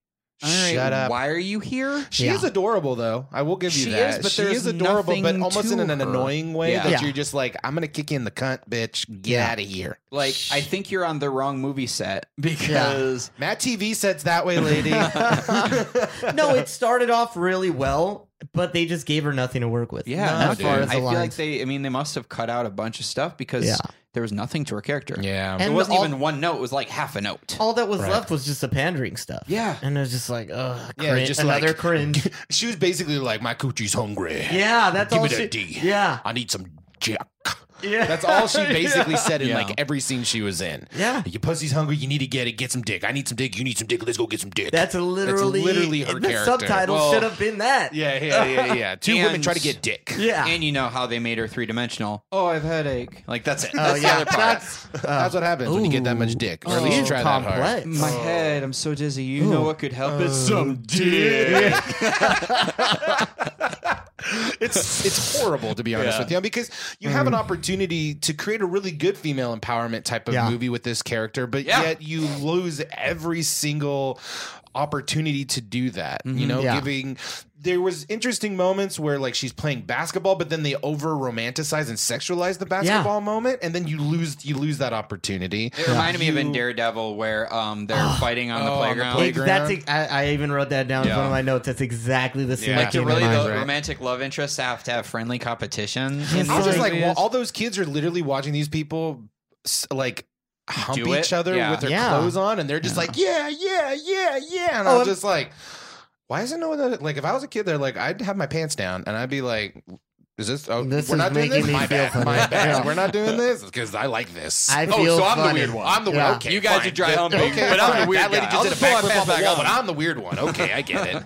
A: All right,
B: Shut up.
A: Why are you here?
B: She
C: Yeah.
B: is adorable, though. I will give you
A: She
B: that.
A: is, but
B: she
A: there's
B: is adorable, but
A: nothing
B: almost in
A: to
B: an,
A: her.
B: annoying way
A: Yeah.
B: that
C: Yeah.
B: you're just like, I'm gonna kick you in the cunt, bitch. Get
C: Yeah.
B: out of here.
A: Like, I think you're on the wrong movie set because
B: Matt TV sets that way, lady.
C: no, it started off really well, but they just gave her nothing to work with.
A: yeah,
B: No,
C: as
A: nothing.
C: far
B: dude.
C: as
A: I
C: the
A: feel like
C: lines.
A: they. I mean, they must have cut out a bunch of stuff because
C: Yeah.
A: there was nothing to her character.
B: yeah.
A: it
C: And
A: wasn't
C: all- Oh,
A: even one note. It was like half a note.
C: all that was
B: Right.
C: left was just the pandering stuff.
A: Yeah.
C: and it was just like, ugh,
B: Yeah,
C: cringe.
B: just
C: another
B: like-
C: cringe.
B: she was basically like, my coochie's hungry.
C: Yeah, that's
B: Give
C: all.
B: it a
C: she,
B: D.
C: Yeah,
B: I need some jack.
C: yeah.
B: That's all she basically
C: yeah.
B: said in
A: Yeah.
B: like every scene she was in.
C: Yeah.
B: Your pussy's hungry. You need to get it. Get some dick. I need some dick. You need some dick. Let's go get some dick.
C: That's literally
B: literally her
C: the
B: character.
C: subtitle
A: Well-
C: should have been that.
B: yeah, yeah, yeah, yeah. Two women
A: And-
B: try to get dick.
C: yeah.
A: And you know how they made her three dimensional. Oh, I've headache. Like that's it.
C: oh
A: That's the
C: yeah,
A: other part.
C: that's uh,
B: That's what happens when you get that much
C: Ooh.
B: dick. Or at least you
C: Ooh,
B: try that hard.
C: complex.
A: My head, I'm so dizzy. You know what could help it? Some
B: dick. it's it's horrible to be honest
A: Yeah.
B: with you because you have an
C: Mm.
B: opportunity to create a really good female empowerment type of
C: Yeah.
B: movie with this character, but
A: Yeah.
B: yet you lose every single opportunity to do that. You know,
C: Mm-hmm. Yeah.
B: giving there was interesting moments where like she's playing basketball, but then they over romanticize and sexualize the basketball moment, and then you lose you lose that opportunity.
A: It reminded me of in
B: You-
A: Daredevil where um they're fighting on
B: Oh,
A: the
B: on the
A: playground.
B: playground.
C: Ex- that's ex- I, I even wrote that down as
A: Yeah.
C: one of my notes. That's exactly the same.
B: Yeah.
C: that
A: Like,
C: came
A: do
C: to
A: really
C: mind.
A: the
B: right?
A: romantic love interests have to have friendly competition?
C: It's
B: I was just
C: Like
B: like, well, all those kids are literally watching these people s- like hump
A: Do it?
B: each other
A: Yeah.
B: with their
C: Yeah.
B: clothes on, and they're just like, yeah, yeah, yeah, yeah, and
C: Oh,
B: I'm,
C: I'm-
B: just like, why isn't no one that like? If I was a kid, they're like, I'd have my pants down, and I'd be like. Is this? Oh,
C: This
B: we're
C: is
B: not doing
C: making
B: this.
C: me
B: My
C: feel
B: bad.
C: funny.
B: My bad.
C: Yeah.
B: We're not doing this because I like this.
C: I
A: Oh,
C: feel
A: so I'm the
C: funny.
A: weird one.
B: I'm the
C: Yeah.
B: weird. Okay,
A: You guys
B: fine.
A: are dry humping,
B: Okay,
A: but I'm the
B: fine.
A: weird
B: That lady
A: guy.
B: just
A: I'll
B: did a
A: just pull my
B: backflip
A: pants
B: off the
A: back
B: wall,
A: on.
B: but I'm the weird one. Okay, I get it.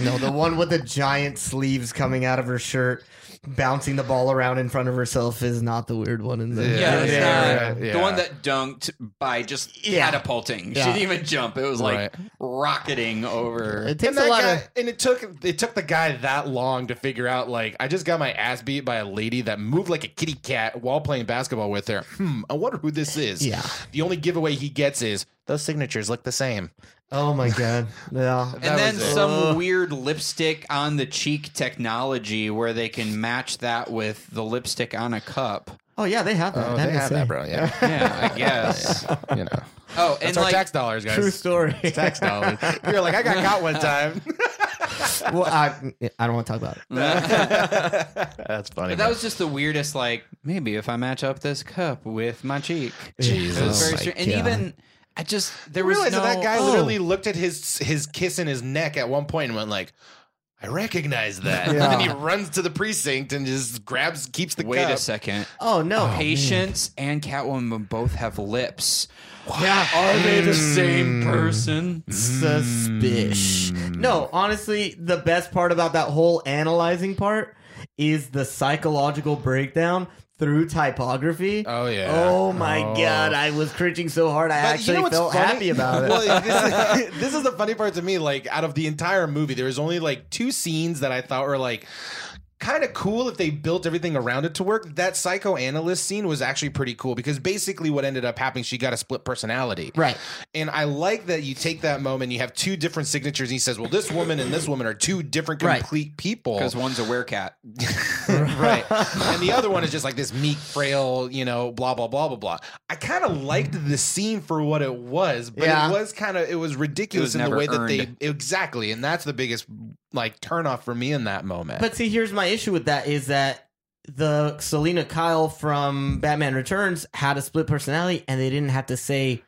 C: No, the one with the giant sleeves coming out of her shirt, bouncing the ball around in front of herself is not the weird one in the
B: Yeah,
A: Yeah, it's
B: yeah,
A: not-
B: yeah.
A: the one that dunked by just
C: Yeah.
A: catapulting.
C: Yeah.
A: She didn't even jump. It was like
B: Right.
A: rocketing over.
C: It takes
B: and
C: a
B: that
C: lot
B: guy,
C: of
B: and it took it took the guy that long to figure out. Like, I just got my ass beat by a lady that moved like a kitty cat while playing basketball with her. Hmm, I wonder who this is.
C: Yeah.
B: The only giveaway he gets is those signatures look the same.
C: Oh my god. Yeah.
A: and then
B: was it.
A: some
C: Ugh.
A: weird lipstick on the cheek technology where they can match that with the lipstick on a cup.
C: Oh yeah, they have that.
B: Oh,
C: I
B: they
C: didn't
B: have
C: say.
B: that, bro. Yeah,
A: Yeah, I guess.
B: you know,
A: Oh, and
B: it's our
A: like
B: tax dollars, guys.
C: True story.
B: Tax dollars. You're like, I got caught one time.
C: well, I, I don't want to talk about it.
B: That's funny.
A: But that was just the weirdest. Like maybe if I match up this cup with my cheek,
B: Jesus.
A: it was very
C: Oh my
A: strange. And
C: God.
A: even I just there
B: I
A: was
B: realized
A: no,
B: that, that guy
A: oh,
B: literally looked at his his kiss in his neck at one point and went like, "I recognize that." And then he
C: Yeah.
B: runs to the precinct and just grabs, keeps the
A: Wait
B: cup.
A: a second.
C: Oh no.
A: Patience and Catwoman both have lips.
C: Yeah.
A: Are they the
C: Hmm.
A: same person?
C: Mm-hmm. Suspish. No, honestly, the best part about that whole analyzing part is the psychological breakdown through typography.
B: Oh, yeah.
C: Oh my
B: Oh.
C: god, I was cringing so hard I
B: But
C: actually felt happy about it.
B: Well, this, is, this is the funny part to me. Like, out of the entire movie, there was only like two scenes that I thought were like kind of cool if they built everything around it to work. That psychoanalyst scene was actually pretty cool because basically what ended up happening, she got a split personality.
C: Right.
B: And I like that you take that moment, you have two different signatures, and he says, Well, this woman and this woman are two different
C: Right.
B: complete people.
A: Because one's a werecat.
B: right. And the other one is just like this meek, frail, you know, blah blah blah blah blah. I kind of liked the scene for what it was, but
C: Yeah.
B: it was kind of it
A: It
B: was
A: was
B: ridiculous in the
A: never
B: way that
A: earned.
B: they exactly, and that's the biggest like turnoff for me in that moment.
C: But see, here's my issue with that is that the Selena Kyle from Batman Returns had a split personality, and they didn't have to say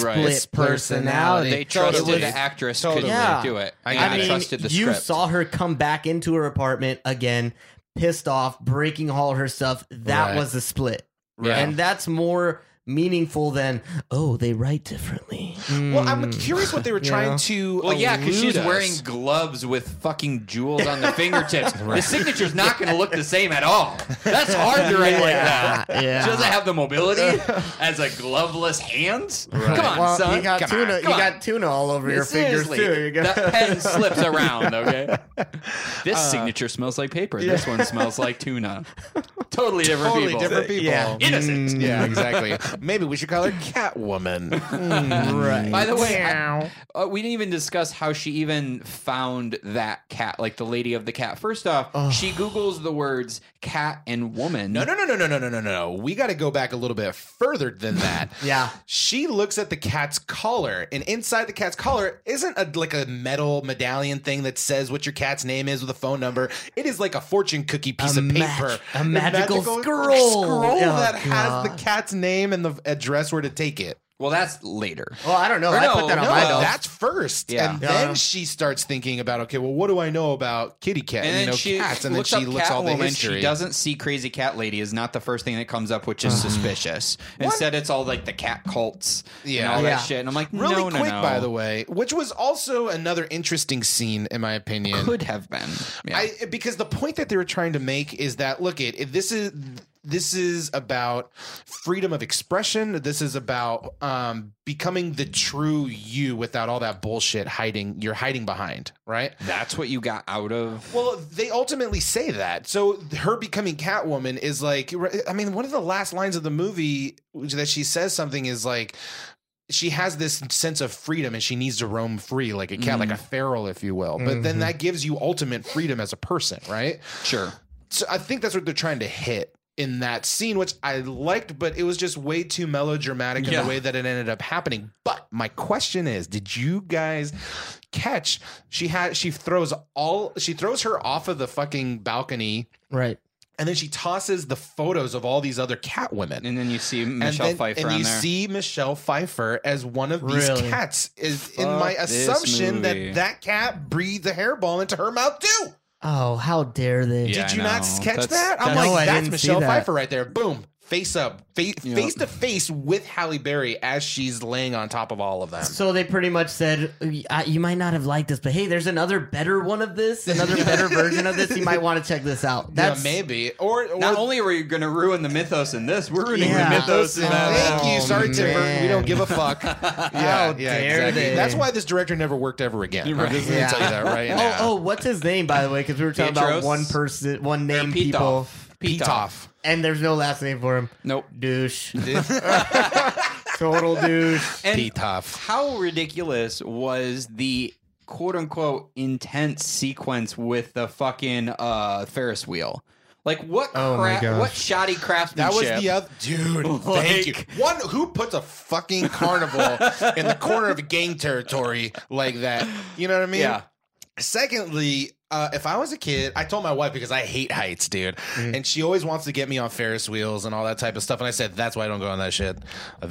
A: Right.
C: split
B: It's personality.
C: personality.
A: They
B: Totally.
A: trusted the actress
B: Totally.
A: could
C: Yeah.
A: do it.
B: I
A: and
B: got
A: they
B: it. I
A: trusted the
C: you
A: script.
C: saw her come back into her apartment again, pissed off, breaking all her stuff. That
B: Right.
C: was the split,
B: Yeah.
C: and that's more meaningful than oh they write differently.
B: well, I'm curious what they were trying to.
A: well, Hmm. yeah, because
B: elude
A: she's
B: us.
A: wearing gloves with fucking jewels on the fingertips. The signature's not going to look the same at all. That's hard to write like that.
C: yeah.
A: She doesn't have the mobility as a gloveless hands. Come on,
C: Well,
A: son.
C: you got
A: Come on,
C: tuna. you
A: come on.
C: got tuna all over your fingers
A: Seriously,
C: too. You got
A: that pen slips around. Okay, this
B: Uh,
A: signature smells like paper. This one smells like tuna. Totally different
B: totally
A: people.
B: different people.
C: Yeah.
A: Innocent.
B: Yeah, exactly. Maybe we should call her Catwoman. Mm.
C: right.
A: By the way, I- uh, we didn't even discuss how she even found that cat, like the lady of the cat. First off, she Googles the words cat and woman.
B: No, no, no, no, no, no, no, no, no. We got to go back a little bit further than that.
C: Yeah.
B: She looks at the cat's collar, and inside the cat's collar isn't a like a metal medallion thing that says what your cat's name is with a phone number. It is like a fortune cookie piece
C: A
B: of
C: mag-
B: paper,
C: a magical scroll.
B: scroll
C: Oh,
B: that has
C: God.
B: the cat's name and the address where to take it.
A: Well, that's later.
C: Well, I don't know.
A: Or
C: I
A: no,
C: put that on
B: No,
C: my dog.
B: that's first,
A: Yeah.
B: and
C: Yeah.
B: then she starts thinking about okay, well, what do I know about kitty cat?
A: And
B: you
A: then
B: know,
A: she
B: cats, and then
A: looks
B: she
A: up
B: looks all the
A: Catwoman.
B: history.
A: She doesn't see Crazy Cat Lady is not the first thing that comes up, which
B: Mm-hmm.
A: is suspicious. Instead, it's all like the cat cults and
B: Yeah.
A: all
C: Yeah.
A: that shit. And I'm like,
B: really
A: no, no,
B: quick
A: no.
B: by the way which was also another interesting scene in my opinion
A: could have been. Yeah.
B: I, because the point that they were trying to make is that look it this is this is about freedom of expression this is about um, becoming the true you without all that bullshit hiding you're hiding behind right
A: that's what you got out of.
B: well, they ultimately say that. So her becoming Catwoman is like, I mean, one of the last lines of the movie which- that she says something is like, she has this sense of freedom and she needs to roam free like a cat,
A: Mhm.
B: like a feral, if you will. But then
C: Mhm.
B: that gives you ultimate freedom as a person, right?
A: sure.
B: So I think that's what they're trying to hit in that scene, which I liked, but it was just way too melodramatic in
A: Yeah.
B: the way that it ended up happening. But my question is, did you guys catch she had she throws all she throws her off of the fucking balcony
C: right.
B: and then she tosses the photos of all these other cat women.
A: And then you see
B: And
A: Michelle
B: then-
A: Pfeiffer
B: and
A: on
B: you
A: there.
B: see Michelle Pfeiffer as one of these
C: Really?
B: cats. Is in
A: Fuck
B: my
A: this
B: assumption
A: movie.
B: that that cat breathed the hairball into her mouth too.
C: Oh, how dare they?
A: Yeah.
B: Did
A: I
B: you not
A: know.
B: catch
A: That's-
B: that? I'm
A: that's-
B: like,
C: No, I
B: that's
C: didn't see
B: Michelle
C: that.
B: Pfeiffer right there. Boom, face up, face,
A: Yeah.
B: face to face with Halle Berry as she's laying on top of all of them.
C: So they pretty much said, I, "You might not have liked this, but hey, there's another better one of this, another better version of this. You might want to check this out."
B: Yeah,
C: That's
B: maybe. Or, or
A: Not only are you going to ruin the mythos in this, we're ruining
C: Yeah.
A: the mythos in that.
B: Thank you, sorry,
C: Oh,
B: Timber. We
C: man.
B: don't give a fuck. yeah, yeah,
C: dare they.
B: That's why this director never worked ever again.
A: You're right.
B: I'm just gonna
C: Yeah.
B: tell you that right
C: Oh,
B: now.
C: oh, what's his name by the way? Because we were talking
A: Petros?
C: about one person, one name people,
A: Pitoff.
B: Pitoff.
C: and there's no last name for him.
A: Nope.
C: Douche. Total douche.
A: And
B: Pitoff.
A: how ridiculous was the quote unquote intense sequence with the fucking uh, Ferris wheel? Like what
C: Oh my
A: cra-
C: gosh.
A: what shoddy craftsmanship?
B: That was the other dude. thank you.
A: Like-
B: One who puts a fucking carnival in the corner of gang territory like that. You know what I mean?
A: Yeah.
B: Secondly, uh, if I was a kid, I told my wife because I hate heights, dude,
A: Mm.
B: and she always wants to get me on Ferris wheels and all that type of stuff. And I said, "That's why I don't go on that shit."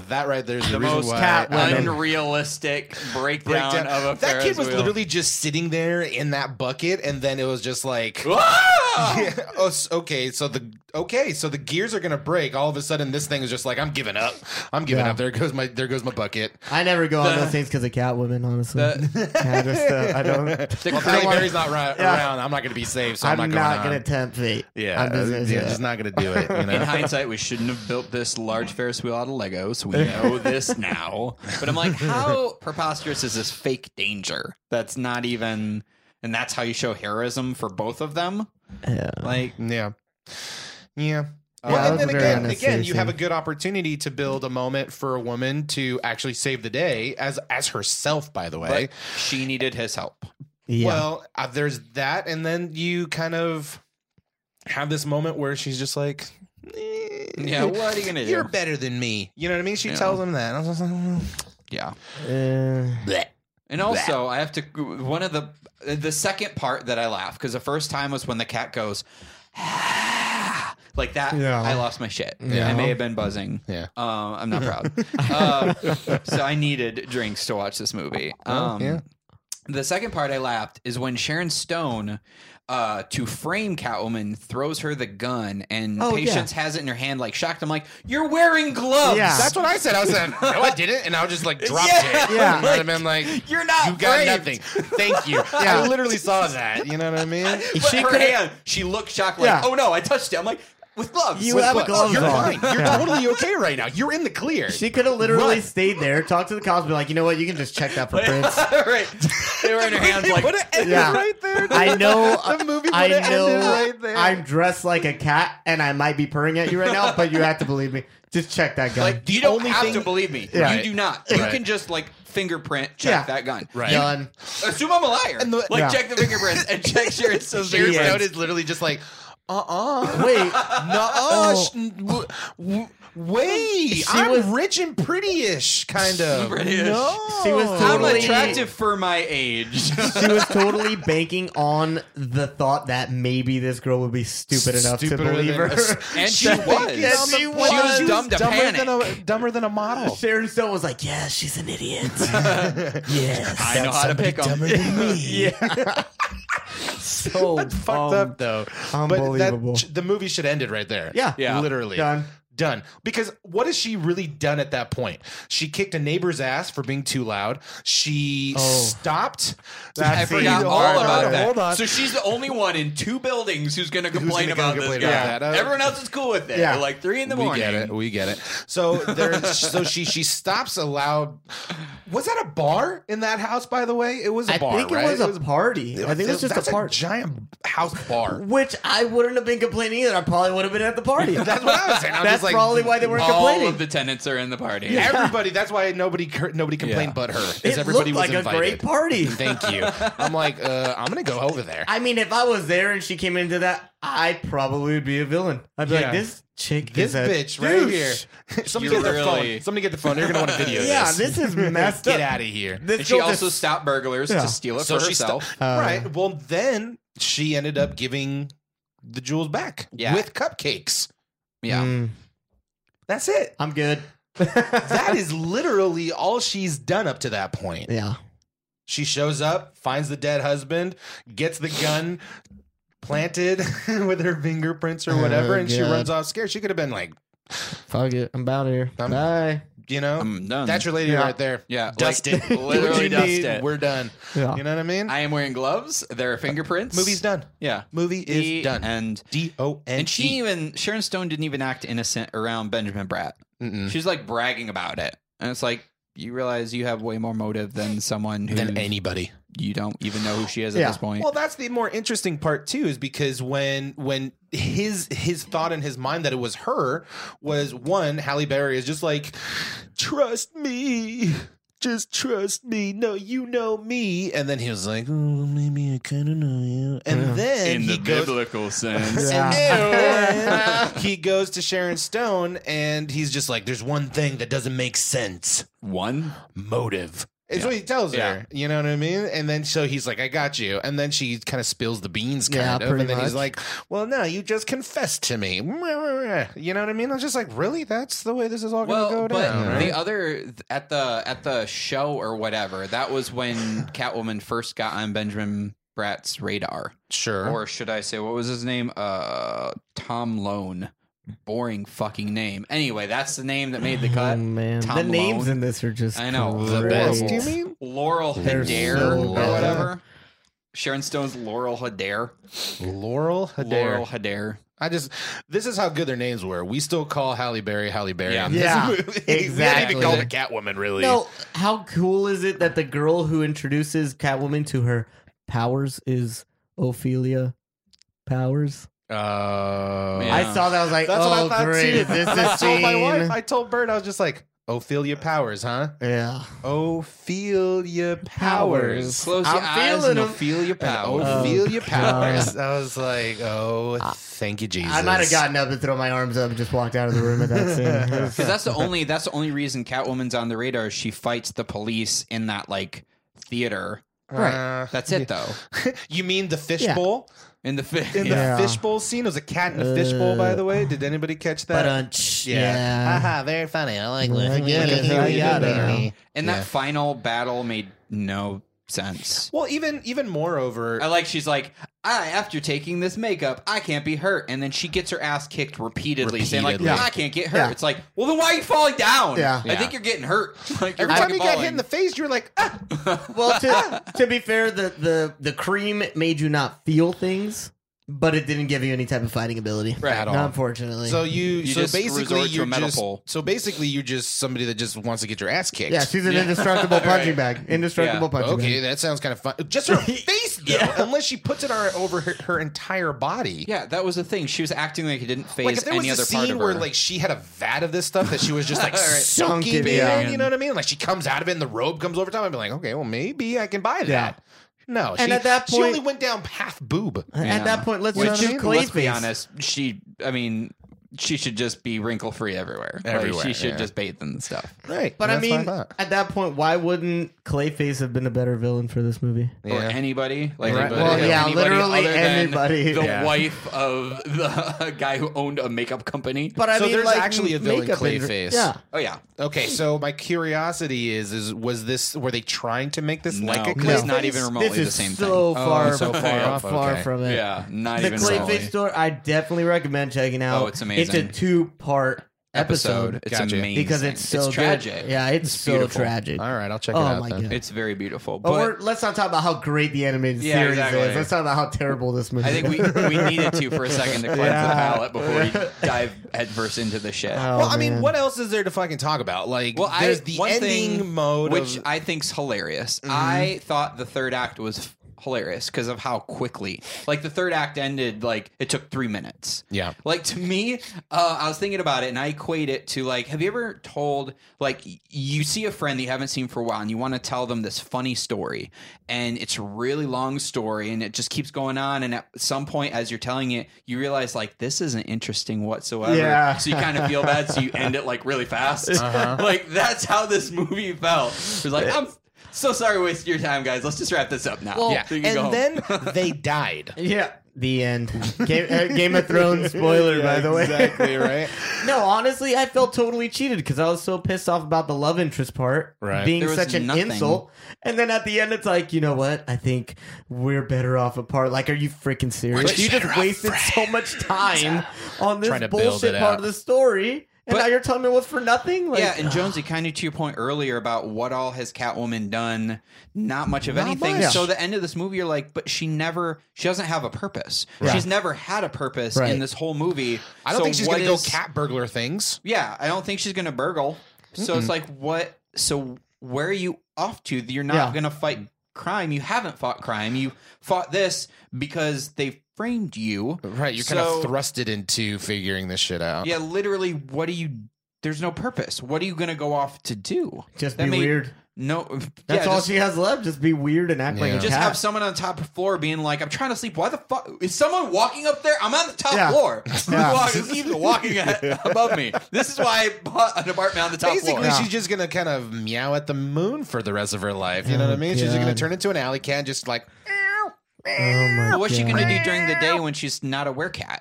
B: That right there's the,
A: the
B: reason
A: most
B: why
C: cat
B: I don't
C: women.
A: unrealistic
B: break
A: breakdown,
B: down.
A: of a
B: that
A: Ferris
B: kid was
A: wheel.
B: literally just sitting there in that bucket, and then it was just like,
A: Ah!
B: yeah. Oh, s- okay. So the okay. So the gears are gonna break. All of a sudden, this thing is just like I'm giving up. I'm giving
C: Yeah.
B: up. There goes my there goes my bucket.
C: I never go on
A: The-
C: those things because of Catwoman. Honestly,
A: the-
C: Yeah, I just uh, I don't.
A: The
B: Well,
A: cra-
B: Halle Berry's not ri-
C: Yeah.
B: around. I'm not gonna be safe. So
C: I'm,
B: I'm, not,
C: not
B: going
C: gonna
B: on.
C: tempt fate.
B: yeah,
C: I'm just gonna
B: yeah,
C: say
B: just
C: that.
B: not gonna do it. You
A: in
B: know.
A: hindsight, we shouldn't have built this large Ferris wheel out of Legos. We know this now. But I'm like, how preposterous is this fake danger? That's not even. And that's how you show heroism for both of them.
C: Yeah.
A: Like,
B: yeah. Yeah.
C: that
B: well, and
C: was
B: then
C: a very
B: again,
C: unnecessary
B: again, you have a
C: scene.
B: good opportunity to build a moment for a woman to actually save the day as as herself. By the way,
A: but she needed his help.
C: Yeah.
B: Well, uh, there's that, and then you kind of have this moment where she's just like, "Eh,
A: Yeah, what are you gonna do?"
B: You're better than me. You know what I mean? She
A: Yeah.
B: tells him that. I was just like, "Mm."
C: Ah.
A: Yeah.
C: Uh,
A: And also, I have to one of the the second part that I laugh because the first time was when the cat goes "Ah," like that.
C: Yeah.
A: I lost my shit.
C: Yeah.
A: I may have been buzzing.
B: Yeah.
A: Um, I'm not proud. uh, so I needed drinks to watch this movie. Um,
B: Oh, yeah.
A: The second part I laughed is when Sharon Stone, uh, to frame Catwoman, throws her the gun, and
C: Oh, yeah.
A: Patience has it in her hand, like shocked. I'm like, "You're wearing gloves.
C: Yeah.
B: That's what I said. I was like, no, I didn't, and I was just like, drop
A: Yeah.
B: it.
C: Yeah.
B: you know what I mean? I'm like,
A: You're not.
B: you got
A: framed.
B: nothing. Thank you. I literally saw that. You know what I mean?
A: But
C: She
A: her
C: could've-
A: hand, she looked shocked, like,
C: Yeah.
A: "Oh no, I touched it." I'm like, with gloves.
C: You
A: with Oh,
C: have a
A: gloves.
B: You're
C: glove on.
B: fine. You're totally okay right now. You're in the clear.
C: She could have literally
B: Run.
C: stayed there, talked to the cops, be like, you know what, you can just check that for prints.
A: right. They were in her hands like what
C: Yeah.
A: right there.
C: I know.
A: The movie
C: I
A: would've
C: know.
A: ended right there.
C: I'm dressed like a cat, and I might be purring at you right now, but you have to believe me. Just check that gun.
A: Like you don't
B: only
A: have
B: thing-
A: to believe me.
C: Yeah.
A: You do not. You
B: Right.
A: can just like fingerprint check
C: Yeah.
A: that gun.
B: Right.
C: Done.
A: Assume I'm a liar.
B: And the-
A: like
C: Yeah.
A: check the fingerprints and check Sharon's social
B: Sharon's
A: security.
B: note is literally just like, uh uh
C: Wait.
B: No,
C: Oh.
B: sh- w- w- wait.
C: She
B: I'm
C: was-
B: rich and pretty-ish, kind of.
A: Pretty-ish.
B: No.
C: She was
A: I'm
C: totally-
A: attractive for my age.
C: She was totally banking on the thought that maybe this girl would be stupid enough to
B: Stupider
C: believe
B: than
C: her.
B: us.
A: and she
B: She
A: was.
C: Yes, she
A: was. She was
C: was.
A: dumb to
B: dumber
A: panic.
B: than a dumber than a model.
C: Sharon Stone was like, "Yeah, she's an idiot. yes,
A: I know how to pick 'em.
C: yeah, so
B: That's fucked up though.
C: Um, Unbelievable.
B: But that, the movie should end it right there.
C: Yeah.
A: Yeah.
B: Literally.
C: Done.
B: Done. Because what has she really done at that point? She kicked a neighbor's ass for being too loud. She
C: Oh.
B: stopped.
C: That
A: I
C: See,
A: forgot
C: hold
A: all
C: on,
A: about
C: hold
A: that.
C: on.
A: So she's the only one in two buildings who's going to complain
B: gonna
A: about
B: complain
A: this guy.
B: about that? Uh,
A: Everyone else is cool with it.
C: Yeah.
A: They're like three in the
B: we
A: morning.
B: get it. We get it. So there's so she she stops allowed. Was that a bar in that house? By the way, it was a
C: I
B: bar.
C: think it
B: right?
C: was a party. I think it was
B: that's
C: just a party,
B: giant house bar.
C: which I wouldn't have been complaining either. I probably would have been at the party.
B: That's what I was saying. I was
C: That's
B: just like,
C: probably why they weren't
A: All
C: complaining.
A: of the tenants are in the party.
B: Everybody. That's why nobody cur- nobody complained
A: Yeah.
B: but her. is
C: it
B: everybody
C: looked like
B: was invited.
C: a great party.
B: Thank you. I'm like, uh, I'm gonna go over there.
C: I mean, if I was there and she came into that, I probably would be a villain. I'd be
B: Yeah.
C: like, this chick
B: This
C: is a
B: bitch right
C: douche.
B: here. Somebody
A: You're
B: get the
A: really-
B: phone. Somebody get the phone. You're gonna want to video
C: Yeah,
B: this.
C: this is messed
B: get
C: up.
B: out of here.
C: This
A: And she
C: girl
A: also
C: just-
A: stopped burglars
C: Yeah.
A: to steal it
B: so
A: for
B: she sto-
A: herself.
C: Uh,
B: right. Well, then she ended up giving the jewels back
A: Yeah.
B: with cupcakes.
A: yeah.
C: Mm,
B: That's it.
C: I'm good.
B: That is literally all she's done up to that point.
C: yeah.
B: She shows up, finds the dead husband, gets the gun planted with her fingerprints or whatever,
C: Oh,
B: and she
C: God.
B: runs off scared. She could have been like,
C: Fuck it. I'm out of here.
B: I'm-
C: Bye.
B: you know,
A: I'm done.
B: that's your lady
C: Yeah.
B: right there.
A: yeah.
B: Dust
A: like,
B: it. What
A: Literally
B: you
A: dust
B: need,
A: it.
B: We're done.
C: Yeah.
B: You know what I mean?
A: I am wearing gloves. There are fingerprints.
B: Movie's done.
A: Yeah.
B: Movie is
A: The
B: done.
A: end.
B: D O N. E.
A: And she even Sharon Stone didn't even act innocent around Benjamin Bratt. She's like bragging about it, and it's like you realize you have way more motive than someone who
B: than anybody.
A: you don't even know who she is at
C: Yeah.
A: this point.
B: Well, that's the more interesting part too, is because when when his his thought in his mind that it was her was one, Halle Berry is just like, trust me. Just trust me. No, you know me. And then he was like, oh, well, maybe I kind of know you. And
C: Yeah.
B: then he goes,
A: biblical sense,
B: and
C: Yeah.
B: then he goes to Sharon Stone and he's just like, there's one thing that doesn't make sense
A: one
B: motive. It's what he tells her. You know what I mean? And then so he's like, I got you. And then she kind of spills the beans kind
C: Yeah,
B: of.
C: pretty
B: And then he's
C: much.
B: like, Well, no, you just confessed to me. You know what I mean? I was just like, Really? That's the way this is all gonna
A: Well,
B: go
A: but
B: down. right?
A: the other at the at the show or whatever, that was when Catwoman first got on Benjamin Bratt's radar,
B: sure.
A: or should I say, what was his name? Uh, Tom Lone. Boring fucking name. Anyway, that's the name that made the
C: Oh
A: cut.
B: Mm.
C: man,
A: Tom
C: the names
A: Malone.
C: in this are just
A: I know, the
B: the
C: great.
B: best. Do you mean?
A: Laurel
C: They're
A: Adair
C: so
A: or
C: bad.
A: whatever. Sharon Stone's Laurel Adair.
B: Laurel Adair.
A: Laurel Adair.
B: I just this is how good their names were. We still call Halle Berry Halle Berry.
A: Yeah.
B: in this
C: Yeah,
B: movie. we didn't
C: exactly.
B: even call her Catwoman really.
C: No, how cool is it that the girl who introduces Catwoman to her powers is Ophelia Powers?
B: Uh,
A: Yeah.
C: I saw that. I was like,
B: That's
C: oh
B: what I thought
C: great,
B: too.
C: is this
B: And I
C: a
B: told my wife,
C: scene?
B: I told Bert, I was just like, Ophelia Powers, huh?
C: Yeah,
B: Ophelia Powers.
A: Close your
C: I'm
A: eyes
C: feeling
A: and
C: him.
A: Ophelia
B: And
A: Powers. Uh,
C: Oh,
B: Ophelia
C: God.
B: Powers. I was like, oh, thank you, Jesus.
C: I might have gotten up and thrown my arms up and just walked out of the room at that scene.
A: Because that's the only that's the only reason Catwoman's on the radar. Is she fights the police in that like theater.
B: Right.
A: That's it though.
B: you mean the
C: Yeah.
B: fishbowl?
A: In the fi-
B: In
C: Yeah.
B: the fishbowl scene, it was a cat in a fishbowl. By the way, did anybody catch
C: but
B: that?
C: uh, yeah,
B: Haha, very funny. I like
C: I get it.
B: how
C: I
B: you
C: got
B: did
C: it.
B: there.
A: and
B: Yeah.
A: that final battle made no sense.
B: Well, even even moreover,
A: I like she's like, I after taking this makeup, I can't be hurt. And then she gets her ass kicked repeatedly, saying like,
B: Repeatedly.
A: I can't get hurt.
C: Yeah.
A: It's like, well then why are you falling down?
C: Yeah.
A: I
B: Yeah.
A: think you're getting hurt. Like you're
B: every time
A: fucking
B: you got hit in the face, you were like, ah,
C: Well, to, to be fair, the, the the cream made you not feel things. but it didn't give you any type of fighting ability.
A: Right.
B: at all.
C: Unfortunately.
B: so you,
A: You
B: so
A: just
B: basically
A: resort to
B: you're
A: a metal
B: just
A: pole.
B: so basically you're just somebody that just wants to get your ass kicked.
C: yeah, she's an
A: Yeah.
C: indestructible punching bag. Indestructible
A: Yeah.
C: punching
B: Okay,
C: bag.
B: that sounds kind of fun. Just her face, though,
C: Yeah.
B: unless she puts it on, over her, her entire body.
A: Yeah, that was the thing. She was acting like it didn't phase
B: Like if there
A: any
B: was
A: other
B: a
A: part of
B: scene
A: her.
B: where like she had a vat of this stuff that she was just like
A: All right.
C: Sunk
B: soaking
C: it
B: in,
C: in.
B: you know what I mean? Like she comes out of it and the robe comes over top. I'd be like, okay, well maybe I can buy that.
C: Yeah.
B: No,
C: And
B: she,
C: at that
B: she
C: point-
B: only went down half boob.
A: Yeah.
C: At that point, let's
B: Which,
C: just do
B: let's
A: Let's be
C: Clayface.
A: honest. She, I mean, she should just be wrinkle free everywhere. Like,
B: Everywhere,
A: she should
B: yeah.
A: just bathe in the stuff.
B: Right,
C: But I
B: that's what
C: mean,
B: thought.
C: at that point, why wouldn't Clayface have been a better villain for this movie?
A: Or
B: Yeah.
A: anybody, like
B: Right.
A: anybody-
B: Well,
C: yeah,
A: anybody
C: literally
A: other than
C: anybody.
A: The
B: Yeah.
A: wife of the guy who owned a makeup company.
C: But I
B: So
C: mean,
B: there's
C: like,
B: actually a villain
C: makeup and-
B: Clayface.
C: Yeah,
A: oh yeah,
B: Okay, so my curiosity is: is was this were they trying to make this like a
A: No. It's
B: Clayface?
A: not even remotely
C: this
A: the
C: is
A: same
C: so
B: thing.
C: Far,
B: Oh, so far
C: far,
B: off,
C: far
B: okay.
C: from it.
A: thing. Yeah, not
C: the
A: even remotely.
C: Clayface store, I definitely recommend checking out.
A: Oh, it's amazing.
C: It's a two-part episode,
A: episode. It's
B: Gotcha.
A: amazing
C: because it's so good.
A: tragic.
C: Yeah, it's, so
A: beautiful.
C: tragic.
B: All right, I'll check
C: Oh
B: it out.
C: my
B: then.
C: God.
A: it's very beautiful.
C: But,
A: But
C: Oh, we're, let's not talk about how great the animated
A: Yeah,
C: series
A: exactly.
C: is. Let's talk about how terrible this movie.
A: I think we,
C: is.
A: we needed to for a second to cleanse the
C: Yeah.
A: palate before we dive headfirst into the shit.
C: Oh,
B: Well, I mean,
C: man.
B: what else is there to fucking talk about? Like,
A: Well, I-
B: there's the
A: one
B: ending
A: thing
B: mode,
A: which
B: of, Mm-hmm.
A: I think's hilarious. I thought the third act was f- hilarious because of how quickly, like the third act ended. Like it took three minutes.
B: Yeah.
A: Like to me, uh, I was thinking about it and I equate it to like, have you ever told like y- you see a friend that you haven't seen for a while and you want to tell them this funny story and it's a really long story and it just keeps going on and at some point as you're telling it, you realize like this isn't interesting whatsoever.
C: Yeah. Uh-huh.
A: So you kind of feel bad, so you end it like really fast. Like that's how this movie felt. It was like I'm so sorry we wasted your time, guys. Let's just wrap this up now.
B: yeah,
A: So you can go home.
B: and then they died.
C: yeah, the end. Game, uh, Game of Thrones spoiler, by the way.
B: exactly right.
C: No, honestly, I felt totally cheated because I was so pissed off about the love interest part
B: Right.
C: being
A: There was
C: such an
A: nothing.
C: insult. And then at the end, it's like, you know what? I think we're better off apart. Like, are you freaking serious?
B: just
C: you
B: better off
C: just wasted so much time on
B: Trying to
C: this
B: build
C: bullshit
B: it out.
C: part of the story, and
A: But-
C: now you're telling me it was for nothing. Like, uh,
A: yeah, and Jonesy, kind of to your point earlier about what all has Catwoman done, not much of
B: Not
A: anything.
B: much.
A: So the end of this movie, you're like, but she never, she doesn't have a purpose. She's never had a purpose
C: Right.
A: in this whole movie.
B: I don't
A: So
B: think she's
A: what
B: gonna go
A: is-
B: cat burglar things.
A: Yeah, I don't think she's gonna burgle. So it's like, what? So where are you off to? You're not
C: Yeah.
A: gonna fight crime. You haven't fought crime. You fought this because they framed you.
B: Right, you're kind
A: So-
B: of thrusted into figuring this shit out.
A: Yeah, literally. What do you? There's no purpose. What are you gonna go off to do?
C: just
A: That
C: be
A: made-
C: weird.
A: No,
C: That's
A: yeah,
C: all
A: just-
C: she has left. Just be weird and act like
B: Yeah.
C: a
A: just
C: cat.
A: have someone on the top floor being like, "I'm trying to sleep. Why the fuck is someone walking up there? I'm on the top
C: Yeah.
A: floor.
C: Yeah.
A: Who walk- keeps walking at- above me? This is why I bought an apartment on the top
B: Basically,
A: floor.
B: she's just gonna kind of meow at the moon for the rest of her life. You know what I mean? She's just
C: Oh, God.
B: gonna turn into an alley cat, and just like
C: oh my
A: Well, what's she
C: God.
A: gonna do during the day when she's not a werecat?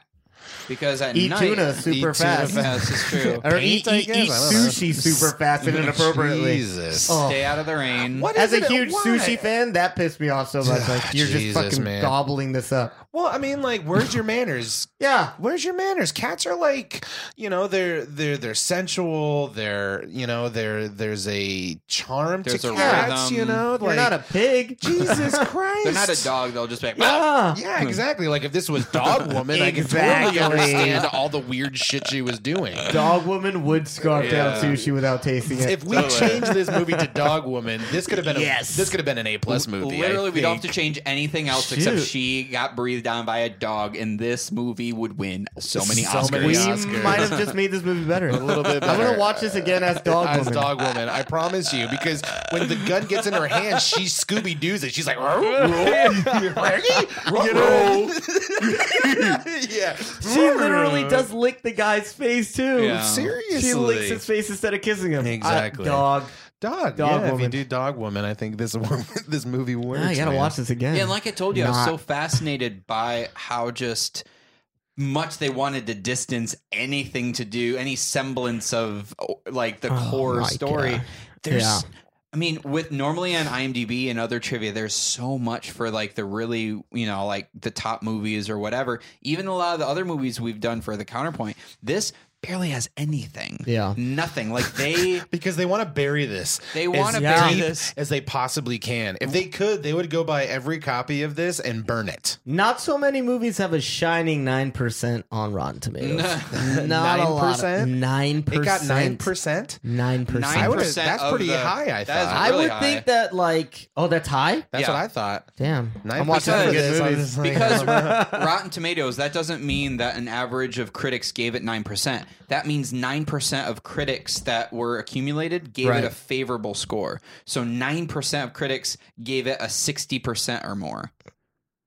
A: Because at
C: Eat
A: night,
C: tuna super
B: eat tuna
C: fast.
A: Yeah, this is true.
C: Or
B: Paint,
C: eat,
B: I
C: eat,
B: guess?
C: eat
B: I don't know.
C: sushi super fast and inappropriately.
B: Jesus.
C: Oh.
A: Stay out of the rain.
B: What
C: As
B: is
C: a
B: it-
C: huge
B: why?
C: sushi fan, that pissed me off so much. Like you're
B: Jesus,
C: just fucking
B: man.
C: gobbling this up.
B: Well, I mean, like, where's your manners?
C: Yeah.
B: where's your manners cats are like you know they're they're they're sensual they're you know they're there's a charm
A: There's
B: to
A: a
B: cats
A: rhythm.
B: you know
C: You're not a pig.
B: jesus christ Ah.
A: They're not a dog. Hmm. They'll just be like,
C: Yeah.
B: yeah exactly like if this was dog woman i could totally
C: Exactly.
B: understand all the weird shit she was doing
C: Dog woman would scarf
A: Yeah.
C: down sushi without tasting it.
B: if we changed this movie to dog woman this could have been a,
C: Yes.
B: this could have been an a plus movie I
A: Literally, we don't have to
B: think.
A: change anything else except
C: Shoot.
A: she got breathed on by a dog, and this movie would win so many
B: So
A: Oscars.
B: many
C: we
B: Oscars.
C: might have just made this movie better. A little bit I'm
B: better.
C: gonna watch this again as dog
B: as
C: woman.
B: dog woman, I promise you, because when the gun gets in her hand, she Scooby Doo's it. She's like, You know? yeah,
C: She literally does lick the guy's face too.
A: Yeah.
B: seriously.
C: She licks his face instead of kissing him. I-
B: Exactly.
C: dog.
B: Dog,
C: Dog
B: yeah, If you
C: woman.
B: do dog woman, I think this this movie works.
C: I gotta
B: man.
C: watch this again.
A: Yeah, and like I told you, I was
C: Not-
A: so fascinated by how just much they wanted to distance anything to do, any semblance of oh, like the
C: Oh
A: core
C: my
A: story.
C: God.
A: There's,
C: Yeah.
A: I mean, with normally on IMDb and other trivia, there's so much for like the really, you know, like the top movies or whatever. Even a lot of the other movies we've done for the counterpoint, this barely has anything.
C: Yeah.
A: Nothing. Like they
B: because they want to bury this.
A: They
B: as
A: wanna
C: bury
B: deep
A: this.
B: as they possibly can. If they could, they would go buy every copy of this and burn it.
C: Not so many movies have a shining nine percent on Rotten Tomatoes. Not a lot.
B: 9%?
C: Nine
B: It
C: percent.
B: got nine percent.
C: Nine
A: nine
C: percent.
B: would've-
A: percent.
B: that's pretty high, I thought.
C: I would think that like oh that's high.
A: Yeah.
B: That's what I thought.
C: Damn.
B: Nine
C: I'm watching
B: percent
C: some
A: because-
B: I'm just
C: good movies.
B: like,
A: because Rotten Tomatoes, that doesn't mean that an average of critics gave it 9%. That means 9% of critics that were accumulated gave
C: Right.
A: it a favorable score. So 9% of critics gave it a 60% or more.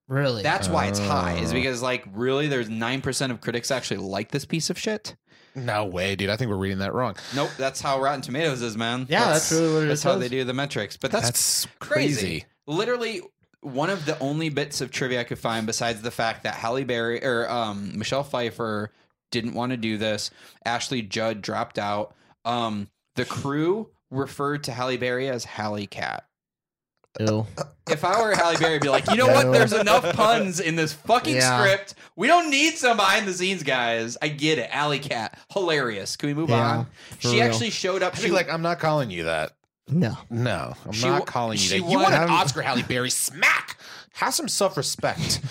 C: Really?
A: That's why it's high,
C: Oh.
A: is because, like, really, there's 9% of critics actually like this piece of shit?
B: no way, dude. I think we're reading that wrong.
A: Nope, that's how Rotten Tomatoes is, man.
C: yeah, that's, really what it
A: That's
C: is.
A: how they do the metrics. But that's
B: That's
A: crazy.
B: crazy.
A: Literally, one of the only bits of trivia I could find, besides the fact that Halle Berry or um, Michelle Pfeiffer didn't want to do this, Ashley Judd dropped out. Um, the crew referred to Halle Berry as Halle Cat.
C: Ew.
A: If I were Halle Berry, I'd be like, you know what?
C: No.
A: There's enough puns in this fucking
C: Yeah.
A: script. We don't need some behind the scenes guys. I get it. Alley Cat, hilarious. Can we move
C: Yeah,
A: on?
C: for
A: She
C: real.
A: actually showed up.
B: I
A: She
B: think like I'm not calling you that.
C: No.
B: No, I'm
A: She
B: not
A: wa-
B: calling you
A: she
B: that. you want an
C: was-
B: Oscar, Halle Berry? Smack. Have some self respect.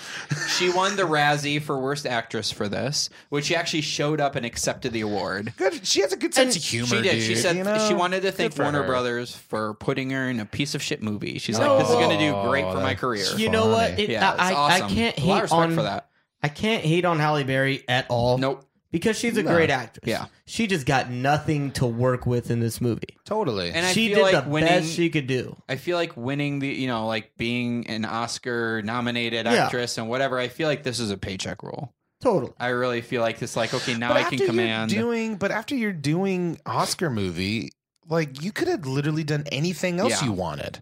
A: She won the Razzie for Worst Actress for this, which she actually showed up and accepted the award.
B: Good. She has a good sense of humor.
A: she did. she
B: dude,
A: said
B: you know?
A: she wanted to thank
B: for
A: Warner
B: her.
A: Brothers for putting her in a piece of shit movie. She's like, this is going to do great for my
B: Oh,
A: career.
B: that's
C: You know what?
B: Funny.
C: It,
A: Yeah,
C: I,
A: it's
C: I-
A: awesome.
C: I can't
A: A lot of
C: hate
A: respect
C: on
A: for that.
C: I can't hate on Halle Berry at all.
A: Nope.
C: Because she's a
B: No.
C: great actress.
A: Yeah.
C: She just got nothing to work with in this movie.
B: totally.
A: And I
C: she
A: feel
C: did
A: like
C: the
A: winning-
C: best she could do.
A: I feel like winning the, you know, like being an Oscar nominated
C: Yeah.
A: actress and whatever. I feel like this is a paycheck role.
C: Totally.
A: I really feel like this, like, okay, now I can
B: you're
A: command.
B: doing, but after you're doing Oscar movie, like you could have literally done anything else
A: Yeah.
B: you wanted.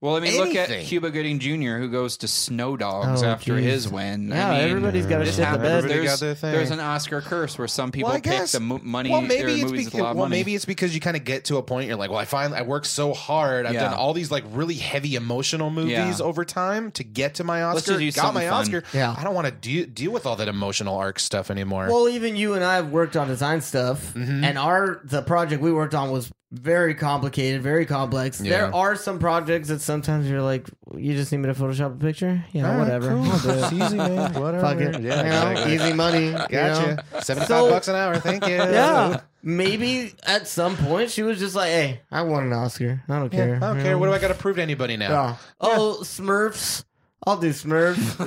A: well, I mean, look at
B: anything.
A: Cuba Gooding Jr., who goes to Snow Dogs
C: Oh,
A: after
C: geez.
A: his win.
C: Yeah,
A: I mean,
C: everybody's got to
B: it
A: It
C: shit the
A: happens.
B: Everybody
C: bed.
B: got
A: There's,
B: their thing.
A: there's an Oscar curse where some people
B: Well, I
A: pick
B: guess-
A: the mo- money
B: well,
A: or
B: maybe it's
A: movies with
B: because
A: a lot
B: well,
A: of money.
B: maybe it's because you kind of get to a point you're like, well, I finally I worked so hard. I've
A: Yeah.
B: done all these like really heavy emotional movies
A: Yeah.
B: over time to get to my
A: Let's
B: Oscar.
A: just do
B: Got my
A: something fun.
B: Oscar.
C: Yeah.
B: I don't want to do, deal with all that emotional arc stuff anymore.
C: Well, even you and I have worked on design stuff, and our the project we worked on was very complicated, very complex.
B: Yeah.
C: There are some projects that sometimes you're like, you just need me to Photoshop a picture. Yeah,
B: All right,
C: whatever.
B: cool.
C: I'll do it.
B: It's easy, man. Whatever.
C: Fuck it.
B: Yeah,
C: You know,
B: exactly.
C: easy money.
B: Gotcha.
C: You know?
B: 75
C: So-
B: bucks an hour. Thank you.
C: Yeah. Maybe at some point she was just like, hey, I won an Oscar. I don't
B: Yeah,
C: care.
B: I don't
C: You
B: care.
C: know?
B: What do I got to prove to anybody now?
C: Yeah. Oh, Smurfs. I'll do Smurf.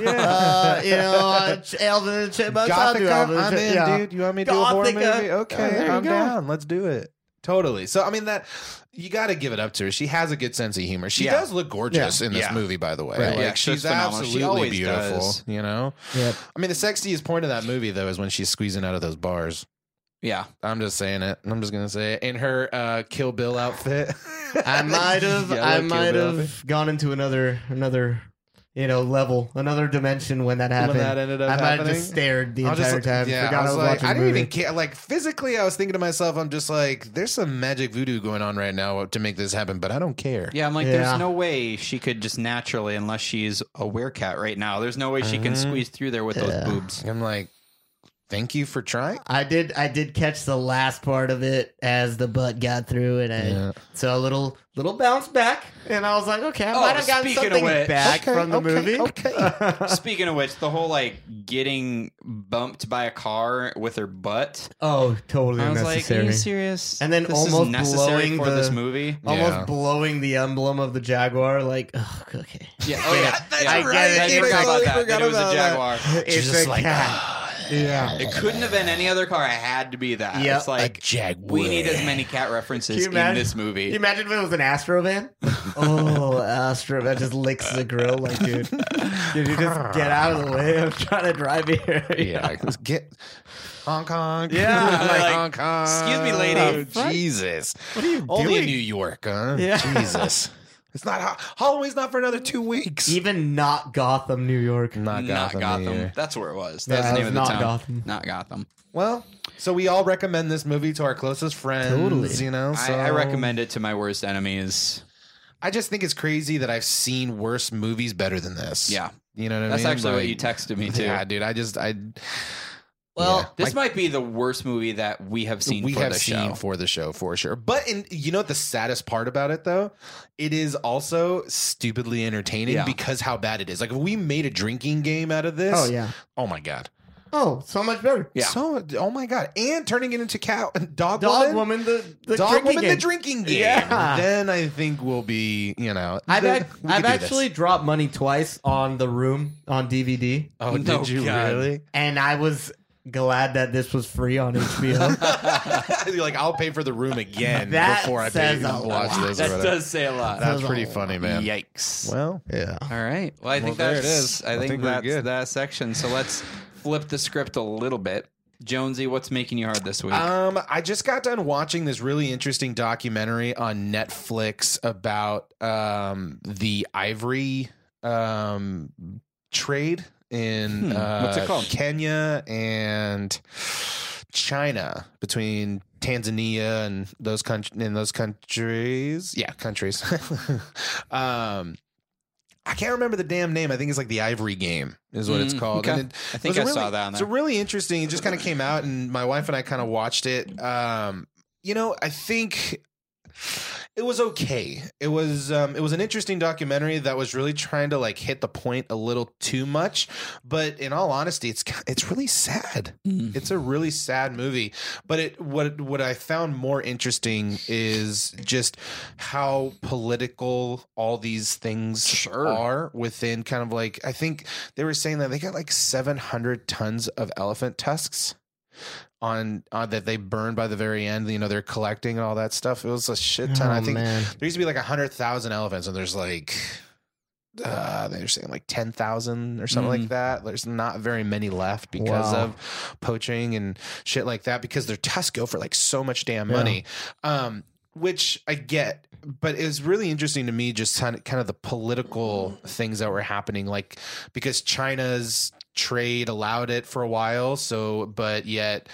B: Yeah.
C: Uh, you know, uh, Ch- Alvin and the Chipmunks. I'll do
B: Gothica,
C: Alvin
B: I'm
C: and the
B: in,
C: Chipmunks. Yeah.
B: dude. You want me to do a horror
C: Gothica.
B: movie?
C: Yeah,
B: Okay,
C: there you
B: I'm
C: go.
B: down. Let's do it. Totally. So, I mean, that you got to give it up to her. She has a good sense of humor. She
A: Yeah.
B: does look gorgeous in this
A: Yeah.
B: movie, by the way.
C: Right.
B: Like,
A: Yeah, she's
B: she's
A: phenomenal. She
B: absolutely
A: always
B: beautiful.
A: does.
B: You know,
C: Yep.
B: I mean, the sexiest point of that movie though is when she's squeezing out of those bars.
A: yeah.
B: I'm just saying it. I'm just gonna say it in her uh, Kill Bill outfit.
C: I might have
B: Yellow
C: I
B: Kill
C: might
B: Bill.
C: have gone into another another you know level, another dimension when that happened.
B: that ended up
C: I might have
B: happening?
C: just stared the
B: I'll
C: entire
B: just-
C: time.
B: yeah,
C: Forgot I was,
B: like,
C: watching
B: I
C: a
B: didn't
C: movie.
B: even care. Like physically, I was thinking to myself, I'm just like, there's some magic voodoo going on right now to make this happen, but I don't care.
A: Yeah, I'm like,
C: Yeah.
A: there's no way she could just naturally, unless she's a werecat right now. There's no way she can squeeze through there with
C: Mm-hmm. Yeah.
A: those boobs.
B: I'm like, thank you for trying.
C: I did I did catch the last part of it as the butt got through and I
B: Yeah.
C: so a little little bounce back and I was like, okay, I
A: Oh,
C: might have gotten
A: speaking of
C: something
A: which.
C: back from the movie.
A: Speaking of which, the whole like getting bumped by a car with her butt.
C: oh, totally
A: I was like, are
C: unnecessary.
A: you serious?
C: And then
A: this
C: almost
A: is necessary
C: blowing
A: for
C: the-
A: this movie.
C: Almost
B: Yeah.
C: blowing the emblem of the Jaguar, like ugh, okay.
A: Yeah, oh yeah,
B: that's
A: yeah.
C: right. I
A: I forgot
C: totally
A: about that. that
B: forgot
A: it was
B: about
A: a
B: that.
A: jaguar.
C: It's
B: just
C: a
B: like, "Ah."
C: cat. yeah.
A: It couldn't have been any other car. It had to be that.
C: Yep.
A: It's like
B: jaguar.
A: we need as many cat references in
C: Can you imagine-
A: this
C: Can you
A: movie.
C: imagine if it was an Astrovan? oh, Astrovan just licks the grill like, dude, dude, you just get out of the way. I'm trying to drive here.
B: Yeah, like, let's get Hong Kong.
C: Yeah,
B: like,
A: like,
B: Hong Kong.
A: excuse me, lady.
B: Oh,
C: What?
B: Jesus.
C: What are you
B: Only in
C: doing?
B: New York, huh?
C: Yeah.
B: Jesus. It's not Halloween's not for another two weeks.
C: Even not Gotham, New York.
B: not
A: Not Gotham.
B: either.
A: That's where it was. That's
C: Yeah,
A: the
C: it
A: name of the
C: was not
A: town.
C: Gotham.
A: Not Gotham.
B: Well, so we all recommend this movie to our closest friends.
C: Totally.
B: You know, so
A: I, I recommend it to my worst enemies.
B: I just think it's crazy that I've seen worse movies better than this.
A: Yeah.
B: You know what I
A: That's
B: mean?
A: actually what
B: Like,
A: you texted me too.
B: Yeah, dude. I just I
A: Well,
B: Yeah.
A: this might be the worst movie that we have seen
B: we
A: for
B: have
A: the
B: seen
A: show.
B: for the show for sure. But in you know what the saddest part about it though, it is also stupidly entertaining
A: Yeah.
B: because how bad it is. Like if we made a drinking game out of this,
C: Oh yeah.
B: oh my god,
C: Oh, so much better.
A: Yeah.
B: so oh my god, and turning it into cow dog,
C: Dog
B: woman,
C: woman, the, the
B: dog
C: drinking
B: woman, the
C: game.
B: drinking game.
C: Yeah.
B: Then I think we'll be you know
C: I've
B: the-
C: had,
B: we could do
C: I've
B: this.
C: actually dropped money twice on the room on DVD,
B: oh
A: No,
B: did you
A: God.
B: really?
C: and I was glad that this was free on HBO.
B: You're like I'll pay for the room again
C: That
B: before I pay
C: says
B: you
C: a
B: to watch
C: lot.
B: this. or
A: That
B: whatever.
A: does say a lot.
B: That's
C: says a
B: pretty
C: lot.
B: funny, man.
A: Yikes.
B: Well,
C: yeah.
A: All right. Well, I
B: Well,
A: think
B: there
A: that's
B: it is.
A: I
B: I
A: think,
B: think we're
A: that's
B: good.
A: that section. So let's flip the script a little bit. Jonesy, what's making you hard this week?
C: Uh,
B: Um, I just got done watching this really interesting documentary on Netflix about um the ivory um trade in
A: Hmm.
B: uh,
A: What's it called?
B: Kenya and China between Tanzania and those country in those countries. Yeah, countries. um I can't remember the damn name. I think it's like the Ivory Game is what it's
A: Mm,
B: called.
A: okay.
B: And it-
A: I think
B: it
A: I
B: was a
A: saw
B: really-
A: that on
B: It's a
A: there.
B: really interesting. It just kind of came out, and my wife and I kind of watched it. Um, you know, I think it was okay. It was um, it was an interesting documentary that was really trying to like hit the point a little too much. But in all honesty, it's ki- it's really sad.
A: Mm.
B: It's a really sad movie. But it what what I found more interesting is just how political all these things
A: Sure.
B: are within kind of like I think they were saying that they got like 700 tons of elephant tusks on, on that they burned by the very end. You know, they're collecting and all that stuff. It was a shit ton. I think
C: Oh, man.
B: there used to be like 100,000 elephants, and there's like, uh, they're saying like 10,000 or something
A: Mhm.
B: like that. There's not very many left because
C: Mm-hmm. Wow.
B: of poaching and shit like that because their tusks go for like so much damn
C: Yeah.
B: money. Um, which I get, but it was really interesting to me just kind of, kind of the political things that were happening, like because China's trade allowed it for a while. So, but yet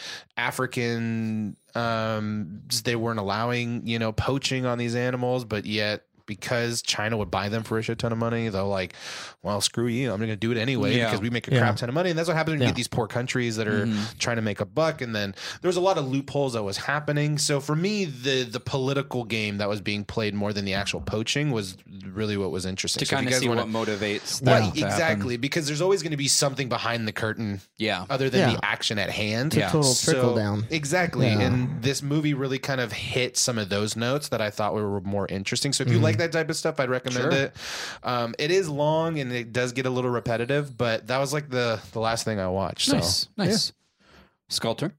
B: African, um, they weren't allowing, you know, poaching on these animals, but yet because China would buy them for a shit ton of money, they're like, well, screw you. I'm going to do it anyway
A: Yeah.
B: because we make a
C: Yeah.
B: crap ton of money. And that's what happens when you
C: Yeah.
B: get these poor countries that are
A: Mhm.
B: trying to make a buck and then there was a lot of loopholes that was happening so for me the the political game that was being played more than the actual poaching was really what was interesting
A: to
B: So if
A: kind
B: you
A: of
B: guys
A: see
B: wanna-
A: what motivates
B: Right,
A: that to happen.
B: exactly because there's always going to be something behind the curtain
A: Yeah.
B: other than
C: Yeah.
B: the action at hand
C: It's a
A: Yeah.
C: total trickle down.
B: Exactly.
C: Yeah.
B: And this movie really kind of hit some of those notes that I thought were more interesting. So if you
C: Mhm.
B: like that type of stuff, I'd
A: Sure.
B: recommend it. Um, it is long and it does get a little repetitive, but that was like the the last thing I watched. So
A: Nice. Nice. Sculptor.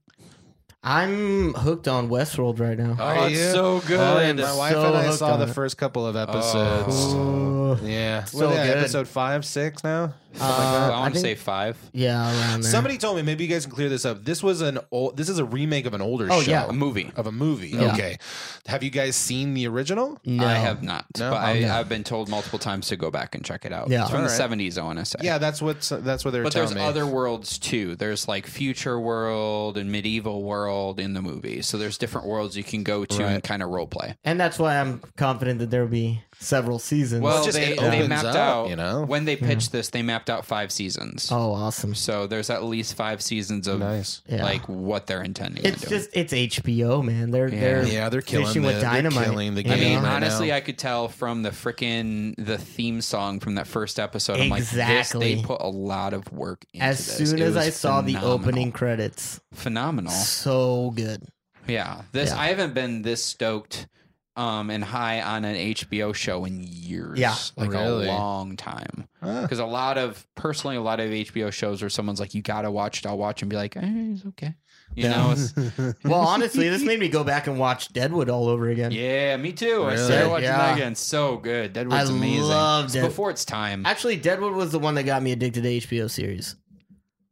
C: I'm hooked on Westworld right now.
B: Are
A: Oh, it's
B: you?
A: so good. Oh.
B: Oh, yeah, my wife
C: So
B: and I
C: hooked
B: saw
C: on
B: the
C: it.
B: first couple of episodes.
C: Ooh.
B: Yeah,
C: So
B: What are they,
C: good.
B: Episode five, six now.
C: Uh,
A: I want to
C: think-
A: say five.
C: yeah, around there.
B: Somebody told me maybe you guys can clear this up. This was an old. This is a remake of an older
C: Oh,
B: show
A: A
C: yeah.
A: movie.
B: of a movie.
C: Yeah.
B: Okay, have you guys seen the original?
C: No.
A: I have not,
B: No?
A: but I,
C: Oh, no.
A: I've been told multiple times to go back and check it out.
C: Yeah.
A: It's from
B: All
A: the
B: right.
A: 70s, I want to say.
B: Yeah, that's what that's what they were
A: But
B: telling
A: there's
B: me.
A: other worlds too. There's like future world and medieval world in the movie. So there's different worlds you can go to
B: Right.
A: and kind of role play.
C: And that's why I'm confident that there will be several seasons.
A: Well,
B: just
A: they,
B: it
A: they
B: opens
A: mapped
B: up,
A: out,
B: you know?
A: when they pitched this, they mapped out five seasons.
C: oh, awesome.
A: So there's at least five seasons of
B: Nice.
C: Yeah.
A: like what they're intending
C: It's
A: to do.
C: just it's HBO, man. They're they're
B: Yeah, they're killing
C: fishing
B: the,
C: with
B: They're
C: dynamite.
B: killing the
C: you
B: game.
A: I mean,
B: right
A: honestly,
B: now.
A: I could tell from the frickin' the theme song from that first episode. I'm like,
C: Exactly.
A: this, they put a lot of work into
C: as
A: this.
C: soon
A: It
C: as
A: was
C: I saw the
A: phenomenal.
C: opening credits,
A: phenomenal.
C: so good.
A: Yeah, this
C: Yeah.
A: I haven't been this stoked um and high on an HBO show in years.
C: Yeah.
A: like
B: Really?
A: a long time.
B: Huh.
A: Because a lot of personally, a lot of HBO shows where someone's like, "You gotta watch it," I'll watch and be like, eh, "It's okay," you
C: Yeah.
A: know. It's,
C: Well, honestly, this made me go back and watch Deadwood all over again.
A: yeah, me too. I started
B: Really?
A: watching
C: Yeah.
A: that again. So good.
C: I
A: Deadwood's amazing.
C: loved
A: It's
C: it.
A: before its time.
C: Actually, Deadwood was the one that got me addicted to HBO series.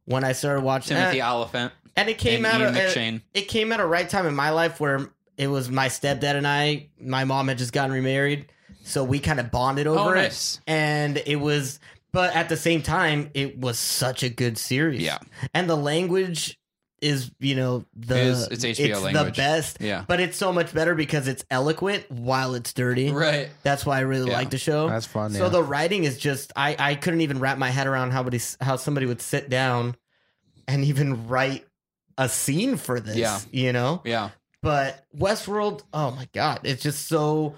C: When I started watching
A: Timothy
C: and,
A: Oliphant
C: and it came
A: and
C: out
A: Ian
C: of it,
A: McShane.
C: it came at a right time in my life where it was my stepdad and I, my mom had just gotten remarried, so we kind of bonded
A: Oh,
C: over it.
A: nice.
C: and it was but at the same time it was such a good series
A: Yeah.
C: and the language is you know the
A: It is- it's HBO language.
C: the best
A: Yeah.
C: but it's so much better because it's eloquent while it's dirty
A: Right.
C: that's why i really
A: Yeah.
C: like the show
B: that's fun.
C: so the writing is just i i couldn't even wrap my head around how somebody how somebody would sit down and even write a scene for this.
A: Yeah.
C: You know?
A: Yeah.
C: But Westworld, oh my god, it's just so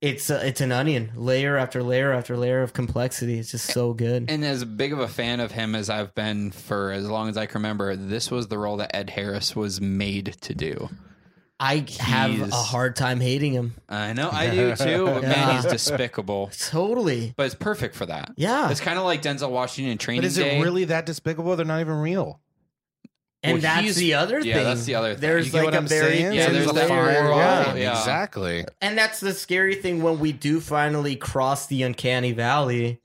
C: it's a, it's an onion layer after layer after layer of complexity. It's just so good.
A: And as big of a fan of him as I've been for as long as I can remember, this was the role that Ed Harris was made to do.
C: I have a
A: he's-
C: hard time hating him.
A: I know, I do too. But man,
C: Yeah.
A: he's despicable.
C: Totally.
A: But it's perfect for that.
C: Yeah.
A: It's kind of like Denzel Washington in Training
B: But is
A: Day.
B: it really that despicable? They're not even real.
C: and
A: Well, he's-
C: that's the other
A: yeah,
C: thing.
A: that's the other thing.
C: There's
B: You get
C: like
B: what
C: a
B: I'm
C: very
B: saying?
A: Yeah,
C: thin
A: there's that
C: layer.
A: fine
B: yeah,
A: line. Yeah.
B: exactly.
C: And that's the scary thing when we do finally cross the uncanny valley.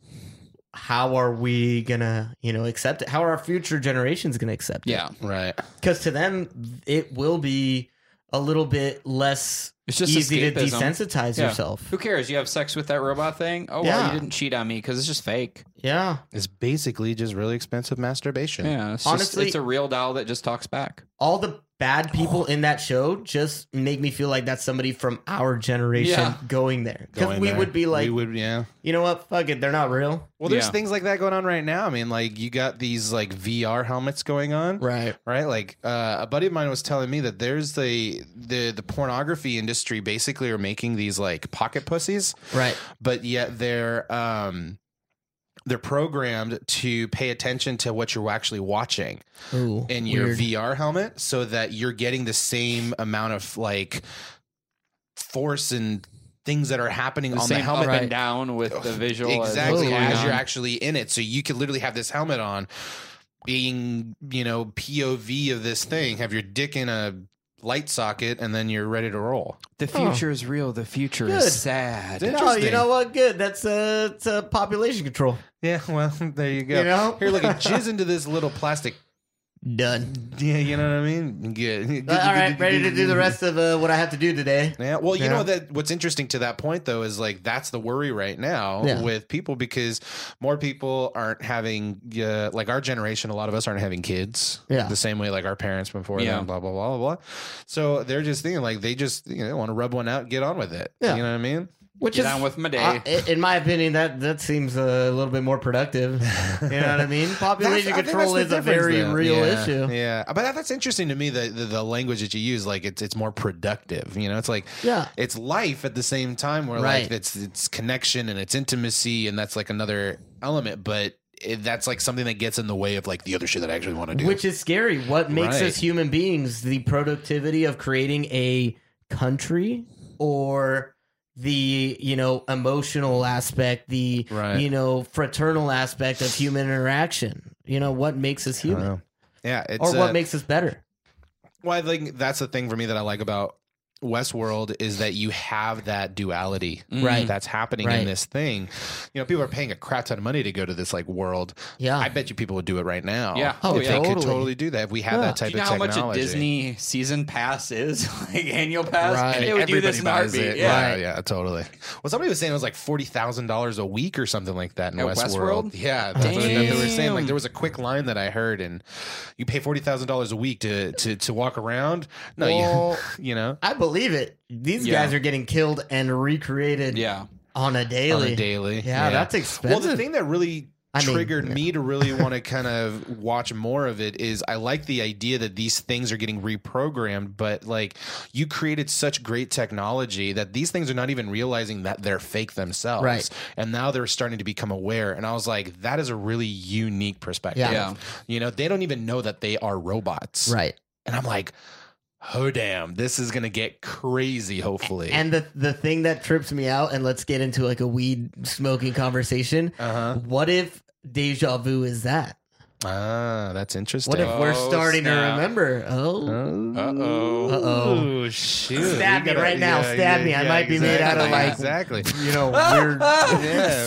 C: How are we gonna, you know, accept it? How are our future generations gonna accept it?
A: yeah,
B: Right.
C: because to them it will be a little bit less
A: it's just
C: easy to
A: escapism.
C: desensitize
A: Yeah.
C: yourself.
A: Who cares? You have sex with that robot thing? Oh, well,
C: Yeah.
A: you didn't cheat on me because it's just fake.
C: Yeah,
B: It's basically just really expensive masturbation.
A: Yeah, it's
C: Honestly-
A: just, it's a real doll that just talks back.
C: all the bad people in that show just make me feel like that's somebody from our generation
A: Yeah.
C: going there because
B: Going
C: we
B: there.
C: would be like,
B: we would, yeah.
C: you know what, fuck it, they're not real,
B: Well, there's
A: Yeah.
B: things like that going on right now. I mean, like you got these like VR helmets going on,
C: right?
B: right? Like uh, a buddy of mine was telling me that there's the the the pornography industry basically are making these like pocket pussies,
C: Right.
B: but yet they're um they're programmed to pay attention to what you're actually watching
C: Ooh,
B: in your
C: weird.
B: VR helmet so that you're getting the same amount of like force and things that are happening
A: The
B: on
A: same
B: the helmet
A: up
B: that
A: and down with the visual. as what's
B: exactly
A: going
B: as you're
A: on.
B: actually in it. So you could literally have this helmet on, being you know POV of this thing. Have your dick in a light socket, and then you're ready to roll.
A: The future is real. The future
C: Good.
A: is sad.
C: No, you know what? Good. That's a it's a population control.
B: Yeah, well, there you go.
C: You know?
B: Here, look, jizz into this little plastic.
C: Done.
B: Yeah, you know what I mean. Good.
C: All right, ready to do the rest of uh, what I have to do today.
B: Yeah. Well, you
C: Yeah.
B: know that what's interesting to that point though is like that's the worry right now
C: Yeah.
B: with people because more people aren't having uh, like our generation. A lot of us aren't having kids.
C: Yeah.
B: The same way like our parents before
A: Yeah.
B: them. Blah blah blah blah blah. So they're just thinking like they just you know want to rub one out, and get on with it.
C: Yeah.
B: You know what I mean?
C: Which
A: Get
C: is
A: on with my day.
C: I- i- in my opinion, that that seems a little bit more productive. You know what I mean? Population
B: That's- I think
C: control
B: that's
C: is
B: the
C: a
B: difference,
C: very
B: though.
C: real
B: Yeah,
C: issue.
B: Yeah, but that, that's interesting to me. The, the the language that you use, like it's it's more productive. You know, it's like
C: Yeah.
B: it's life at the same time where
C: Right.
B: like it's it's connection and it's intimacy and that's like another element, but. It, that's like something that gets in the way of like the other shit that I actually want to do.
C: Which is scary. What makes
B: Right.
C: us human beings? The productivity of creating a country or the you know emotional aspect the
B: Right.
C: you know fraternal aspect of human interaction you know what makes us
B: I don't
C: human
B: know. yeah, it's
C: or what
B: uh,
C: makes us better
B: Well, I think that's the thing for me that I like about Westworld is that you have that duality
C: Mm. Right.
B: that's happening in
C: Right.
B: this thing. You know, people are paying a crap ton of money to go to this like world.
C: yeah
B: I bet you people would do it right now.
A: Yeah.
C: Ah. Oh,
B: if they could
C: totally.
B: totally do that if we had
C: Yeah.
B: that
A: do
B: type
A: you know
B: of
A: how much
B: technology.
A: a Disney season pass is, like annual pass?
C: Right.
A: They would do this in a
B: buys
A: heartbeat.
B: it.
A: Yeah.
B: yeah, yeah, totally. Well, somebody was saying it was like forty thousand dollars a week or something like that in
A: At Westworld?
B: Westworld. Yeah, that's what they were saying. Like
A: Damn.
B: there was a quick line that I heard, and you pay forty thousand dollars a week to to to walk around. No,
C: Well-
B: you you know
C: I believe it. These
A: Yeah.
C: guys are getting killed and recreated
A: Yeah.
C: on a daily.
B: on a daily.
C: Yeah, that's
B: well.
C: expensive.
B: The thing that really
C: I mean,
B: triggered
C: yeah.
B: me to really want to kind of watch more of it is I like the idea that these things are getting reprogrammed, but like you created such great technology that these things are not even realizing that they're fake themselves.
C: Right.
B: And now they're starting to become aware. And I was like, that is a really unique perspective.
C: Yeah.
A: Yeah.
B: You know, they don't even know that they are robots.
C: right.
B: And I'm like, oh damn, this is gonna get crazy, hopefully.
C: And the the thing that trips me out, and let's get into like a weed smoking conversation.
B: uh-huh.
C: What if deja vu is that?
B: Ah, that's interesting.
C: What if we're
A: Oh,
C: starting to
A: snap.
C: remember? Oh,
B: Uh-oh.
C: Uh-oh.
B: shoot.
C: Stab
B: You
C: me right now. Stab me. I might be made out
A: of, like-
B: Exactly.
C: you know, weird
B: Yeah,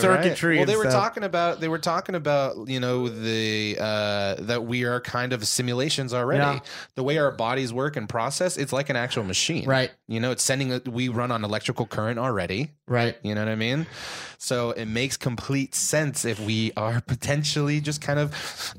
B: right.
C: circuitry.
B: Well,
C: and
B: they were
C: stuff.
B: talking about they were talking about you know the uh, that we are kind of simulations already.
C: Yeah.
B: The way our bodies work and process, it's like an actual machine,
C: Right.
B: You know, it's sending. We run on electrical current already.
C: Right.
B: You know what I mean? So it makes complete sense if we are potentially just kind of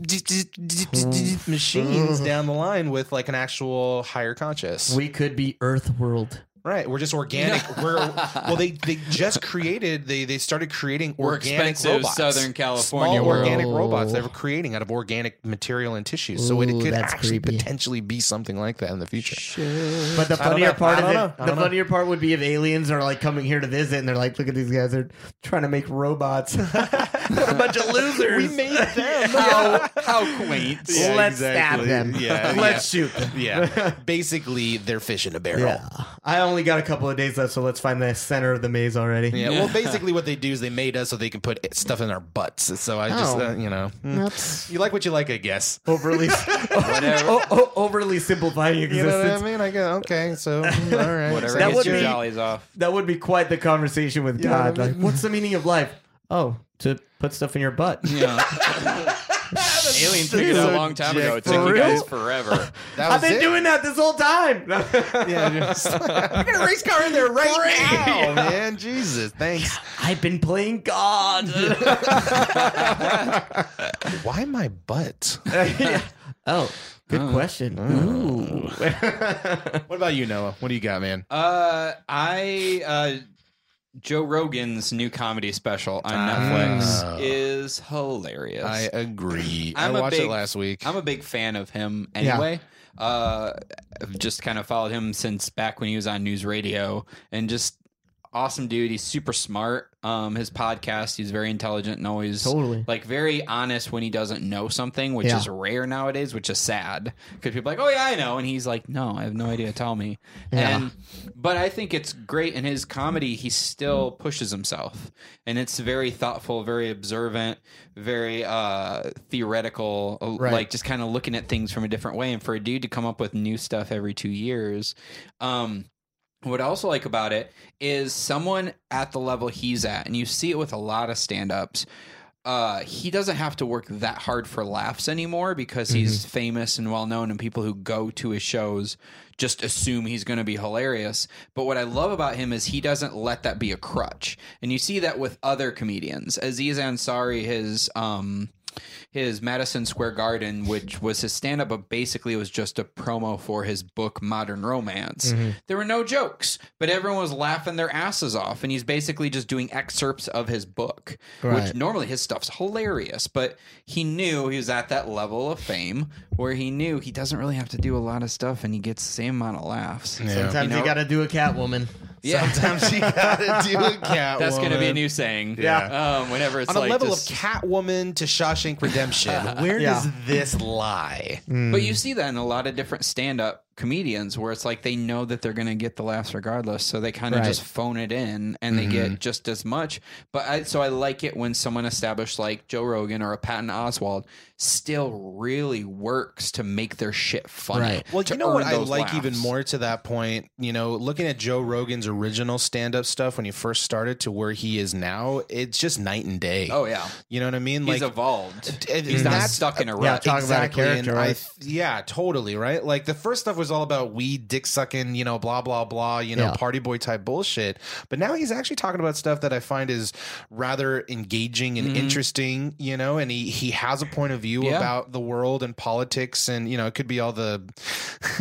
B: machines down the line with like an actual higher conscious.
C: We could be Earth world.
B: Right, we're just organic. We're well. They they just created. They they started creating
D: We're
B: organic
D: expensive
B: robots.
D: Southern California
B: small
D: world.
B: organic
C: Oh.
B: robots. They were creating out of organic material and tissues, so it
C: Ooh,
B: could
C: that's
B: actually
C: creepy.
B: potentially be something like that in the future.
C: But the
B: I don't
C: funnier
B: know. I
C: part of
B: don't
C: it,
B: know. I
C: the
B: don't know.
C: funnier part would be if aliens are like coming here to visit and they're like, look at these guys, they're trying to make robots. what a bunch of losers.
B: We made them.
A: How, how quaint.
B: Yeah,
C: Let's stab them.
B: Yeah,
C: Let's shoot them.
B: yeah. Basically, they're fish in a barrel.
C: Yeah. I only got a couple of days left, so let's find the center of the maze already.
B: Yeah, well, basically, what they do is they made us so they can put stuff in our butts. So I just,
C: Oh.
B: uh, you know,
C: That's
B: you like what you like, I guess.
C: overly o- o- overly simplifying
B: You
C: existence.
B: know what I mean? I guess. Okay, so all right.
A: Whatever
B: So
C: That
B: I guess
A: gets
C: would
A: your
C: be-
A: jollies off.
C: That would be quite the conversation with
B: know
C: God.
B: what I
C: Like, what's the meaning of life? Oh, to put stuff in your butt.
A: Yeah. Alien took it a long time ago. It took
C: For
A: you guys
C: real?
A: forever.
B: that
C: I've
B: was
C: been
B: it.
C: doing that this whole time.
B: Yeah, just- I got a race car in there right now, man. Jesus, thanks.
C: I've been playing God.
B: Why my butt?
C: Oh, good question. Ooh.
B: What about you, Noah? Oh, What do you got, man?
A: Uh, I uh, Joe Rogan's new comedy special on Netflix
B: Ah.
A: is hilarious.
B: I agree. i
A: I'm a
B: watched
A: big-
B: it last week.
A: I'm a big fan of him anyway. Uh, I've just kind of followed him since back when he was on news radio and just awesome dude. He's super smart. Um, his podcast, he's very intelligent and always
C: Totally.
A: like very honest when he doesn't know something, which
C: Mm-hmm. Yeah.
A: is rare nowadays, which is sad because people are like, oh yeah, I know, and he's like, no, I have no idea. Tell me. And but I think it's great in his comedy. He still pushes himself, and it's very thoughtful, very observant, very uh, theoretical, uh,
C: Right.
A: like just kind of looking at things from a different way. And for a dude to come up with new stuff every two years, um, what I also like about it is someone at the level he's at, and you see it with a lot of stand ups. Uh, he doesn't have to work that hard for laughs anymore because he's famous and well known, and people who go to his shows just assume he's going to be hilarious. But what I love about him is he doesn't let that be a crutch, and you see that with other comedians. Aziz Ansari, his um, his Madison Square Garden, which was his stand up, but basically it was just a promo for his book Modern Romance.
B: Mm-hmm.
A: There were no jokes, but everyone was laughing their asses off. And he's basically just doing excerpts of his book, which
C: Right.
A: normally his stuff's hilarious, but he knew he was at that level of fame where he knew he doesn't really have to do a lot of stuff and he gets the same amount of laughs.
B: Yeah.
C: Sometimes you,
A: know-
C: gotta do a Catwoman.
A: Yeah.
B: Sometimes you gotta do a cat.
A: That's going to be a new saying.
B: Yeah.
A: Um, whenever it's
B: on a
A: like
B: level
A: just-
B: of Catwoman to Shawshank Redemption. Where
C: Yeah.
B: does this lie?
A: But you see that in a lot of different stand up comedians where it's like they know that they're going to get the laughs regardless. So they kind of
C: Right.
A: just phone it in and they get just as much. But I, so I like it when someone established like Joe Rogan or a Patton Oswald still really works to make their shit funny.
C: Right.
B: Well,
A: to
B: you know
A: earn
B: what I
A: those
B: like even
A: laughs.
B: more to that point, you know, looking at Joe Rogan's original stand up stuff when he first started to where he is now, it's just night and day.
A: Oh, yeah.
B: You know what I mean?
A: He's evolved.
B: and-
A: He's
B: and
A: not
B: that's-
A: stuck in a
C: yeah,
A: rut.
C: talk about a
B: and
C: character,
B: I
C: right?
B: th- yeah, totally, right? Like the first stuff was all about weed, dick sucking, you know, blah blah blah, you know,
C: Yeah.
B: party boy type bullshit. But now he's actually talking about stuff that I find is rather engaging
C: Mm-hmm.
B: and interesting, you know, and he he has a point of view
A: Yeah.
B: about the world and politics and you know, it could be all the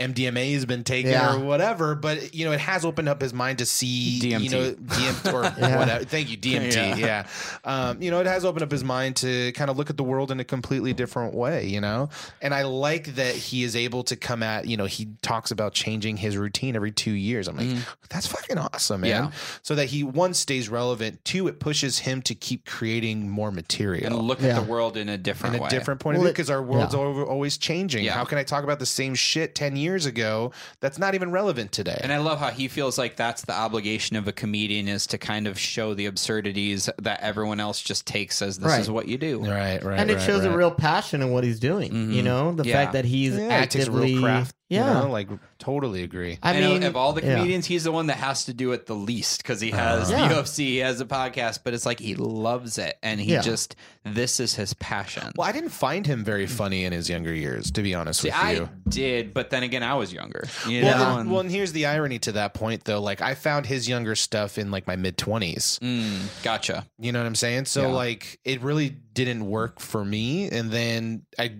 B: MDMA has been taken
C: Yeah.
B: or whatever, but you know, it has opened up his mind to see, you
A: DMT.
B: know, DM or
C: Yeah.
B: whatever. Thank you, DMT. Yeah. Um, you know, it has opened up his mind to kind of look at the world in a completely different way, you know? And I like that he is able to come at, you know, he talks about changing his routine every two years. I'm like, that's fucking awesome, man.
A: Yeah.
B: So that he, one, stays relevant, two, it pushes him to keep creating more
A: and
B: material.
A: look
C: Yeah.
A: at the world in a different
B: in a
A: way.
B: different point of
C: Well,
B: view
C: it-
B: because our world's
C: yeah.
B: over, always changing.
A: Yeah.
B: How can I talk about the same shit 10 years ago that's not even relevant today?
A: And I love how he feels like that's the obligation of a comedian is to kind of show the absurdities that everyone else just takes as this
C: Right.
A: is what you do.
B: right, right.
C: and it
B: right,
C: shows
B: right. Mm-hmm.
C: a real passion in what he's doing. You know, the
A: Yeah.
C: fact that he's
B: Yeah, it
C: actively
B: takes a real craft.
C: Yeah,
B: You know, like, totally agree.
C: I
A: I mean,
C: mean,
A: of all the
C: yeah. Uh-huh.
A: comedians, he's the one that has to do it the least because he has
C: Yeah.
A: the UFC, he has a podcast, but it's like he loves it and he
C: Yeah.
A: just this is his passion.
B: Well, I didn't find him very funny in his younger years, to be honest
A: See,
B: with
A: I
B: you.
A: did, but then again, I was younger. You
B: Well,
A: know,
B: the-
A: and-
B: well, and here's the irony to that point, though. Like, I found his younger stuff in like my mid 20s.
A: Mm, gotcha.
B: You know what I'm saying? So,
A: Yeah.
B: like, it really didn't work for me. And then I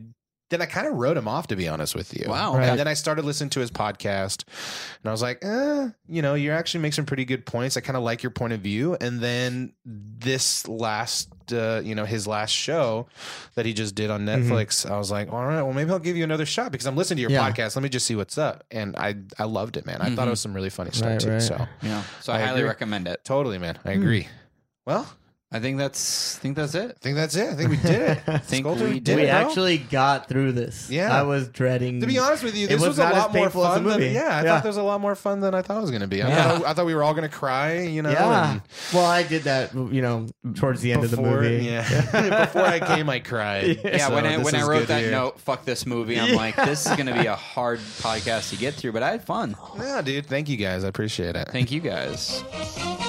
B: then I kind of wrote him off, to be honest with you.
A: Wow.
C: Right.
B: And then I started listening to his podcast, and I was like, eh, you know, you actually make some pretty good points. I kind of like your point of view. And then this last, uh, you know, his last show that he just did on Netflix, I was like, all right, well, maybe I'll give you another shot because I'm listening to your
C: Mm-hmm. Yeah. Mm-hmm.
B: podcast. Let me just see what's up. And I, I loved it, man. I thought it was some really funny stuff
C: Right, Hmm.
B: too.
C: right.
B: So
A: Yeah. So I,
B: I
A: highly
B: agree.
A: recommend it.
B: totally, man, I agree. Well,
A: I think that's I think that's it.
B: I think that's it. I think we did it.
C: I
A: think
B: Scolded,
A: we did
C: we
A: it,
B: bro.
C: actually got through this.
B: Yeah.
C: I was dreading.
B: To be honest with you,
C: It
B: this
C: was
B: was, a
C: not as
B: lot more
C: painful as the
B: fun. Than,
C: movie.
B: yeah, I
C: Yeah.
B: thought there was a lot more fun than I thought it was going to be. I,
A: Yeah.
B: thought, I thought we were all going to cry, you know.
C: yeah.
B: and
C: Well, I did that, you know, towards the end of the
B: before-
C: movie.
B: Yeah. before I came, I cried.
A: Yeah,
B: So
A: when I
B: this
A: when I
B: is
A: wrote
B: good
A: that
B: here.
A: note, fuck this movie. I'm like, this is gonna be a hard podcast to get through, but I had fun.
B: Yeah, dude. Thank you guys. I appreciate it.
A: Thank you guys.
D: Thank you.